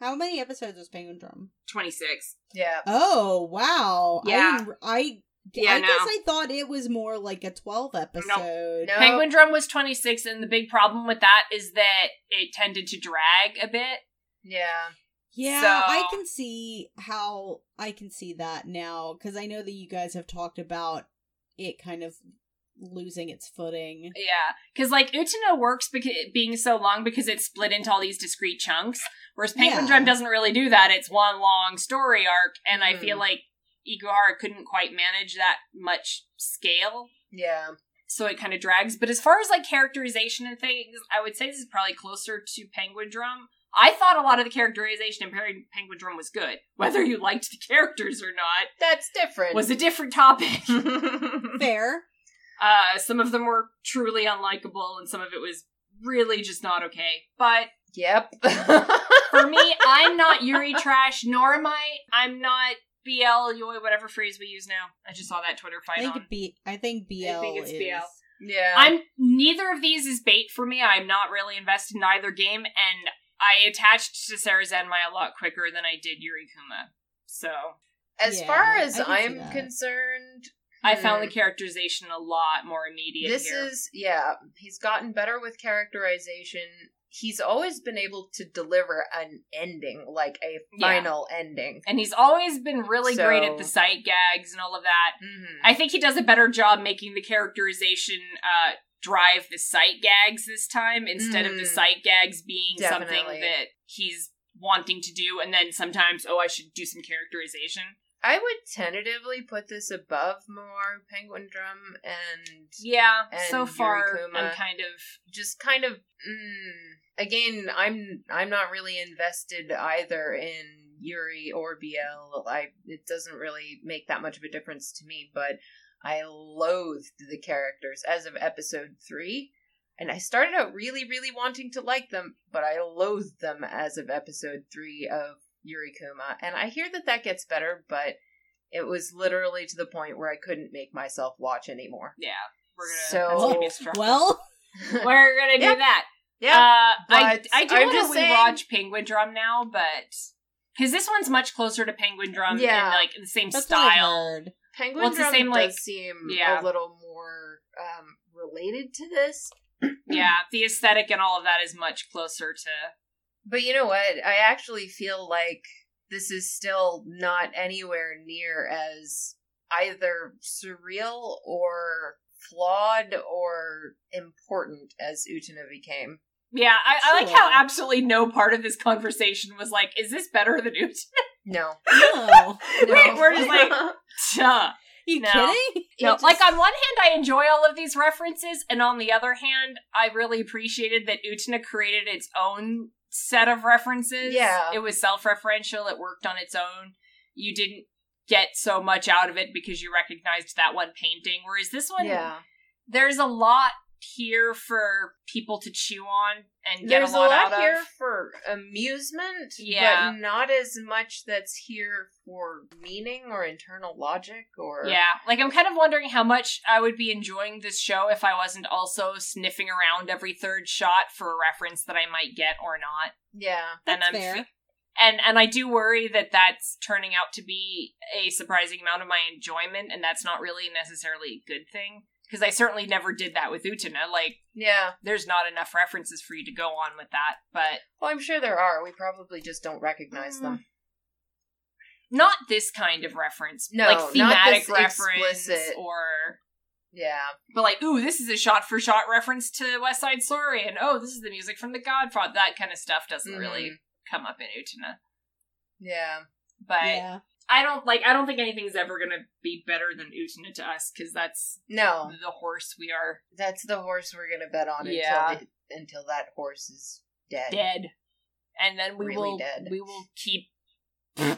Speaker 1: How many episodes was Penguin Drum?
Speaker 5: twenty six.
Speaker 2: Yeah.
Speaker 1: Oh, wow. I
Speaker 5: Yeah.
Speaker 1: didn't- I, I,
Speaker 5: Yeah,
Speaker 1: I
Speaker 5: no.
Speaker 1: guess I thought it was more like a 12 episode.
Speaker 2: No.
Speaker 3: Penguin Drum was 26, and the big problem with that is that it tended to drag a bit.
Speaker 2: Yeah.
Speaker 1: Yeah,
Speaker 3: So-
Speaker 1: I can see how I can see that now because I know that you guys have talked about it kind of losing its
Speaker 3: *laughs*
Speaker 1: footing.
Speaker 3: Yeah, because like Utano works because being so long because it's split into all these discrete chunks, whereas Penguin
Speaker 1: Yeah.
Speaker 3: Drum doesn't really do that. It's one long story arc, and I feel
Speaker 2: Mhm.
Speaker 3: like Iguhara couldn't quite manage that much scale,
Speaker 2: Yeah.
Speaker 3: so it kind of drags. But as far as like characterization and things, I would say this is probably closer to Penguin Drum. I thought a lot of the characterization in Pen- Penguin Drum was good, whether you liked the characters or not
Speaker 2: That's different.
Speaker 3: was a different topic. *laughs*
Speaker 1: Fair.
Speaker 3: Uh, some of them were truly unlikable, and some of it was really just not okay. But
Speaker 2: *laughs* yep. *laughs*
Speaker 3: for me, I'm not Yuri trash, nor am I. I'm not BL Yoi, whatever phrase we use now. I just saw that Twitter
Speaker 1: I
Speaker 3: fight on. Um,
Speaker 1: think B. I think BL
Speaker 5: I think it's
Speaker 1: is.
Speaker 5: BL.
Speaker 2: yeah.
Speaker 3: I'm neither of these is bait for me. I'm not really invested in either game, and I attached to Sarah Zenmai a lot quicker than I did Yuri Kuma. So
Speaker 2: as
Speaker 1: Yeah,
Speaker 2: far
Speaker 1: I
Speaker 2: as
Speaker 1: can see
Speaker 2: I'm
Speaker 1: that.
Speaker 2: concerned,
Speaker 3: I found the
Speaker 2: hmm,
Speaker 3: characterization a lot more immediate
Speaker 2: This
Speaker 3: here.
Speaker 2: is yeah. He's gotten better with characterization. He's always been able to deliver an ending, like a
Speaker 3: Yeah.
Speaker 2: final ending.
Speaker 3: and he's always been really great at the
Speaker 2: So-
Speaker 3: sight gags and all of that.
Speaker 2: Mhm.
Speaker 3: I think he does a better job making the characterization uh, drive the sight gags this time instead of the
Speaker 2: Mm.
Speaker 3: sight gags being something
Speaker 2: Definitely.
Speaker 3: that he's wanting to do, and then sometimes, oh, I should do some characterization.
Speaker 2: I would tentatively put this above more Penguin Drum and
Speaker 3: Yeah,
Speaker 2: And
Speaker 3: so far
Speaker 2: Yurikuma.
Speaker 3: I'm kind of
Speaker 2: just kind of mm, again. I'm I'm not really invested either in Yuri or BL. I it doesn't really make that much of a difference to me, but I loathed the characters as of episode three. And I started out really, really wanting to like them, but I loathed them as of episode three of Yurikuma. And I hear that that gets better, but it was literally to the point where I couldn't make myself watch anymore. *laughs*
Speaker 3: yeah. We're gonna
Speaker 2: So-
Speaker 3: that's gonna be a struggle.
Speaker 1: Oh,
Speaker 3: *laughs*
Speaker 1: Well,
Speaker 3: we're gonna do
Speaker 2: Yeah.
Speaker 3: that.
Speaker 2: yeah,
Speaker 3: uh, I
Speaker 2: but
Speaker 3: I do
Speaker 2: I'm
Speaker 3: want
Speaker 2: just
Speaker 3: to
Speaker 2: saying-
Speaker 3: rewatch Penguin Drum now, but because this one's much closer to Penguin Drum
Speaker 2: Yeah.
Speaker 3: in like the same
Speaker 1: that's what I
Speaker 3: style. *laughs*
Speaker 1: heard.
Speaker 2: Penguin
Speaker 3: Well, it's the
Speaker 2: Drum
Speaker 3: same,
Speaker 2: does
Speaker 3: like-
Speaker 2: seem a
Speaker 3: yeah.
Speaker 2: little more um, related to this.
Speaker 3: Yeah, the aesthetic and all of that is much closer to
Speaker 2: But you know what? I actually feel like this is still not anywhere near as either surreal or flawed or important as Utana became.
Speaker 3: Yeah, I, I like how
Speaker 1: Sure.
Speaker 3: absolutely no part of this conversation was like, *laughs*
Speaker 2: *laughs*
Speaker 3: "Is this better than Utah?"
Speaker 2: No.
Speaker 1: No.
Speaker 2: no. *laughs*
Speaker 3: We're just like, Duh.
Speaker 1: you
Speaker 3: No.
Speaker 1: kidding? *laughs*
Speaker 3: No,
Speaker 1: Just-
Speaker 3: like on one hand, I enjoy all of these references, and on the other hand, I really appreciated that Utna created its own set of references.
Speaker 2: Yeah.
Speaker 3: It was self referential, it worked on its own. You didn't get so much out of it because you recognized that one painting. Whereas this one,
Speaker 2: yeah.
Speaker 3: there's a lot here for people to chew on and get
Speaker 2: There's
Speaker 3: a lot, out of.
Speaker 2: here for amusement,
Speaker 3: Yeah.
Speaker 2: but not as much that's here for meaning or internal logic or
Speaker 3: Yeah, like I'm kind of wondering how much I would be enjoying this show if I wasn't also sniffing around every third shot for a reference that I might get or not.
Speaker 2: yeah.
Speaker 1: That's
Speaker 3: and I'm
Speaker 1: fair.
Speaker 3: and and I do worry that that's turning out to be a surprising amount of my enjoyment, and that's not really necessarily a good thing because I certainly never did that with Utana. Like,
Speaker 2: Yeah.
Speaker 3: there's not enough references for you to go on with that, but
Speaker 2: Well, I'm sure there are. We probably just don't recognize
Speaker 3: Mm.
Speaker 2: them.
Speaker 3: not this kind of reference,
Speaker 2: No,
Speaker 3: like
Speaker 2: not
Speaker 3: thematic
Speaker 2: this
Speaker 3: reference
Speaker 2: explicit-
Speaker 3: or
Speaker 2: Yeah.
Speaker 3: But like, ooh, this is a shot for shot reference to West Side Story, and oh, this is the music from The Godfather. That kind of stuff doesn't really
Speaker 2: Mhm.
Speaker 3: come up in Utana.
Speaker 2: Yeah.
Speaker 3: But
Speaker 1: yeah.
Speaker 3: I don't like. I don't think anything's ever gonna be better than Utana to us because that's
Speaker 2: No.
Speaker 3: the horse we are
Speaker 2: That's the horse we're gonna bet on
Speaker 3: Yeah.
Speaker 2: until the, until that horse is dead.
Speaker 3: dead, and then we
Speaker 2: Really
Speaker 3: will
Speaker 2: dead.
Speaker 3: we will keep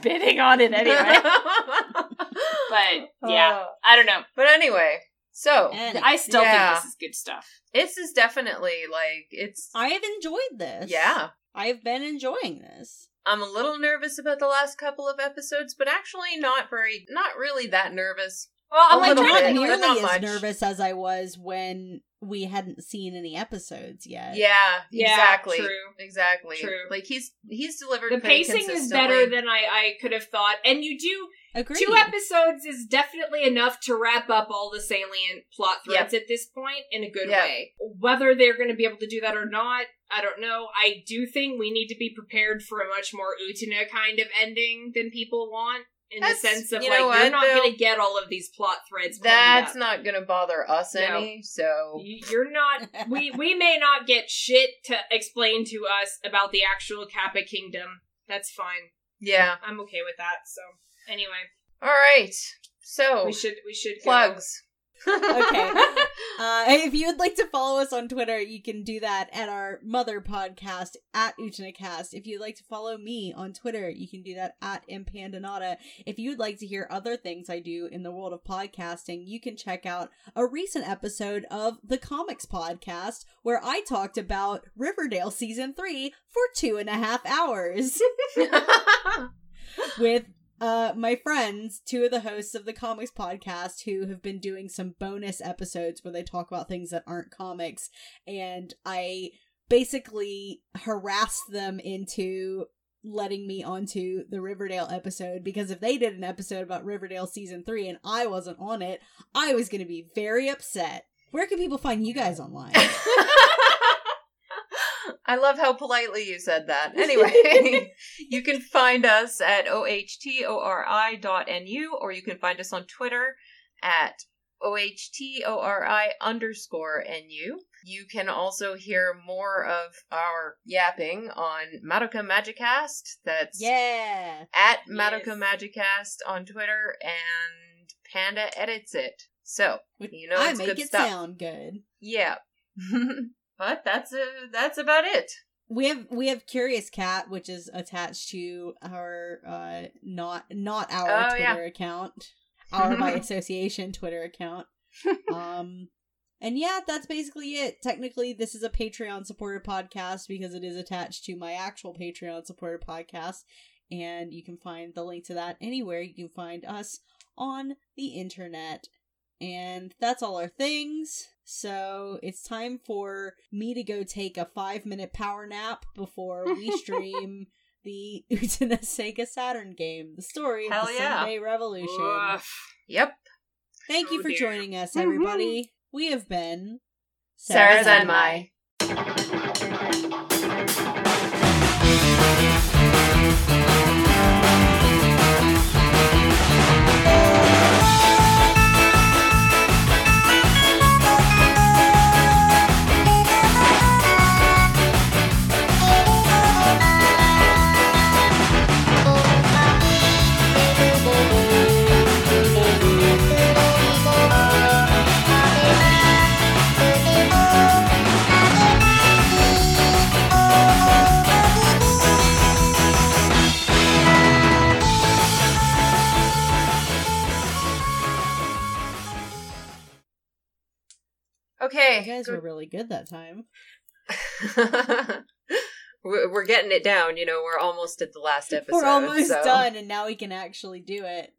Speaker 3: bidding on it anyway.
Speaker 2: *laughs*
Speaker 3: but yeah,
Speaker 2: Uh,
Speaker 3: I don't know.
Speaker 2: but anyway, so
Speaker 1: And I,
Speaker 3: Oh, I still
Speaker 2: Yeah.
Speaker 3: think this is good stuff.
Speaker 2: this is definitely like it's
Speaker 1: have enjoyed this.
Speaker 2: yeah.
Speaker 1: I've been enjoying this.
Speaker 2: I'm a little nervous about the last couple of episodes, but actually not very, not really that nervous.
Speaker 3: Oh, Well,
Speaker 2: A
Speaker 3: I'm like
Speaker 2: little
Speaker 3: trying to
Speaker 1: not
Speaker 2: bit.
Speaker 3: think
Speaker 1: nearly
Speaker 2: but not
Speaker 1: as
Speaker 2: much.
Speaker 1: nervous as I was when we hadn't seen any episodes yet.
Speaker 2: Yeah,
Speaker 4: Yeah,
Speaker 2: exactly,
Speaker 4: true.
Speaker 2: exactly.
Speaker 4: True.
Speaker 2: Like he's he's delivered.
Speaker 4: The
Speaker 2: pretty
Speaker 4: pacing is
Speaker 2: consistently.
Speaker 4: better than I, I could have thought. And you do
Speaker 1: Agreed.
Speaker 4: Two episodes is definitely enough to wrap up all the salient plot threads at this point in a good
Speaker 2: Yep.
Speaker 4: way. Whether they're going to be able to do that or not, I don't know. I do think we need to be prepared for a much more Utana kind of ending than people want. In
Speaker 2: That's-
Speaker 4: the sense of
Speaker 2: you
Speaker 4: like,
Speaker 2: know
Speaker 4: you're
Speaker 2: what,
Speaker 4: not
Speaker 2: though?
Speaker 4: going to get all of these plot threads. cleaned
Speaker 2: That's
Speaker 4: up.
Speaker 2: not gonna bother us
Speaker 4: No.
Speaker 2: any. So
Speaker 4: Y- You're
Speaker 2: *laughs*
Speaker 4: not. We we may not get shit to explain to us about the actual Kappa Kingdom. That's fine.
Speaker 2: yeah.
Speaker 4: I'm okay with that. So anyway,
Speaker 2: All right. So
Speaker 4: we should we should go. *laughs*
Speaker 2: Oh. plugs.
Speaker 1: okay. Uh, if you'd like to follow us on Twitter, you can do that at our mother podcast at Utinacast. If you'd like to follow me on Twitter, you can do that at Impandanata. If you'd like to hear other things I do in the world of podcasting, you can check out a recent episode of the Comics Podcast where I talked about Riverdale season three for two and a half hours with uh my friends, two of the hosts of the comics podcast who have been doing some bonus episodes where they talk about things that aren't comics and I basically harassed them into letting me onto the Riverdale episode because if they did an episode about Riverdale season 3 and I wasn't on it, I was going to be very upset. Where can people find you guys
Speaker 2: *laughs*
Speaker 1: online?
Speaker 2: I love how politely you said that. Anyway, you can find us at O-H-T-O-R-I dot N-U, or you can find us on Twitter at O-H-T-O-R-I underscore N-U. You can also hear more of our yapping on Madoka Magicast. That's
Speaker 1: yeah.
Speaker 2: at
Speaker 4: Yes.
Speaker 2: Madoka Magicast on Twitter, and Panda edits it. So,
Speaker 1: Which
Speaker 2: You know,
Speaker 1: I
Speaker 2: it's
Speaker 1: make
Speaker 2: good
Speaker 1: it
Speaker 2: stuff.
Speaker 1: sound good.
Speaker 2: yeah. *laughs* but that's a, that's about it.
Speaker 1: we have we have curious cat which is attached to our uh not not our
Speaker 2: Oh, yeah.
Speaker 1: twitter account our
Speaker 2: *laughs*
Speaker 1: by association twitter account um and yeah that's basically it technically this is a patreon supported podcast because it is attached to my actual patreon supported podcast and you can find the link to that anywhere you can find us on the internet and that's all our things. So it's time for me to go take a five minute power nap before
Speaker 2: *laughs*
Speaker 1: we stream the Utena Sega Saturn game, the story of
Speaker 2: Hell
Speaker 1: the
Speaker 2: yeah.
Speaker 1: Sunday Revolution.
Speaker 4: Woof.
Speaker 2: Yep.
Speaker 1: Thank you
Speaker 4: Oh
Speaker 1: for
Speaker 4: dear.
Speaker 1: joining us, everybody.
Speaker 2: Mm-hmm.
Speaker 1: we have been
Speaker 2: Sarah
Speaker 1: Zanmai.
Speaker 2: Zenmai.
Speaker 1: You
Speaker 2: Okay.
Speaker 1: guys were really good that time.
Speaker 2: *laughs* we're we're getting it down. You know, we're almost at the last episode.
Speaker 1: We're almost
Speaker 2: so-
Speaker 1: done, and now we can actually do it.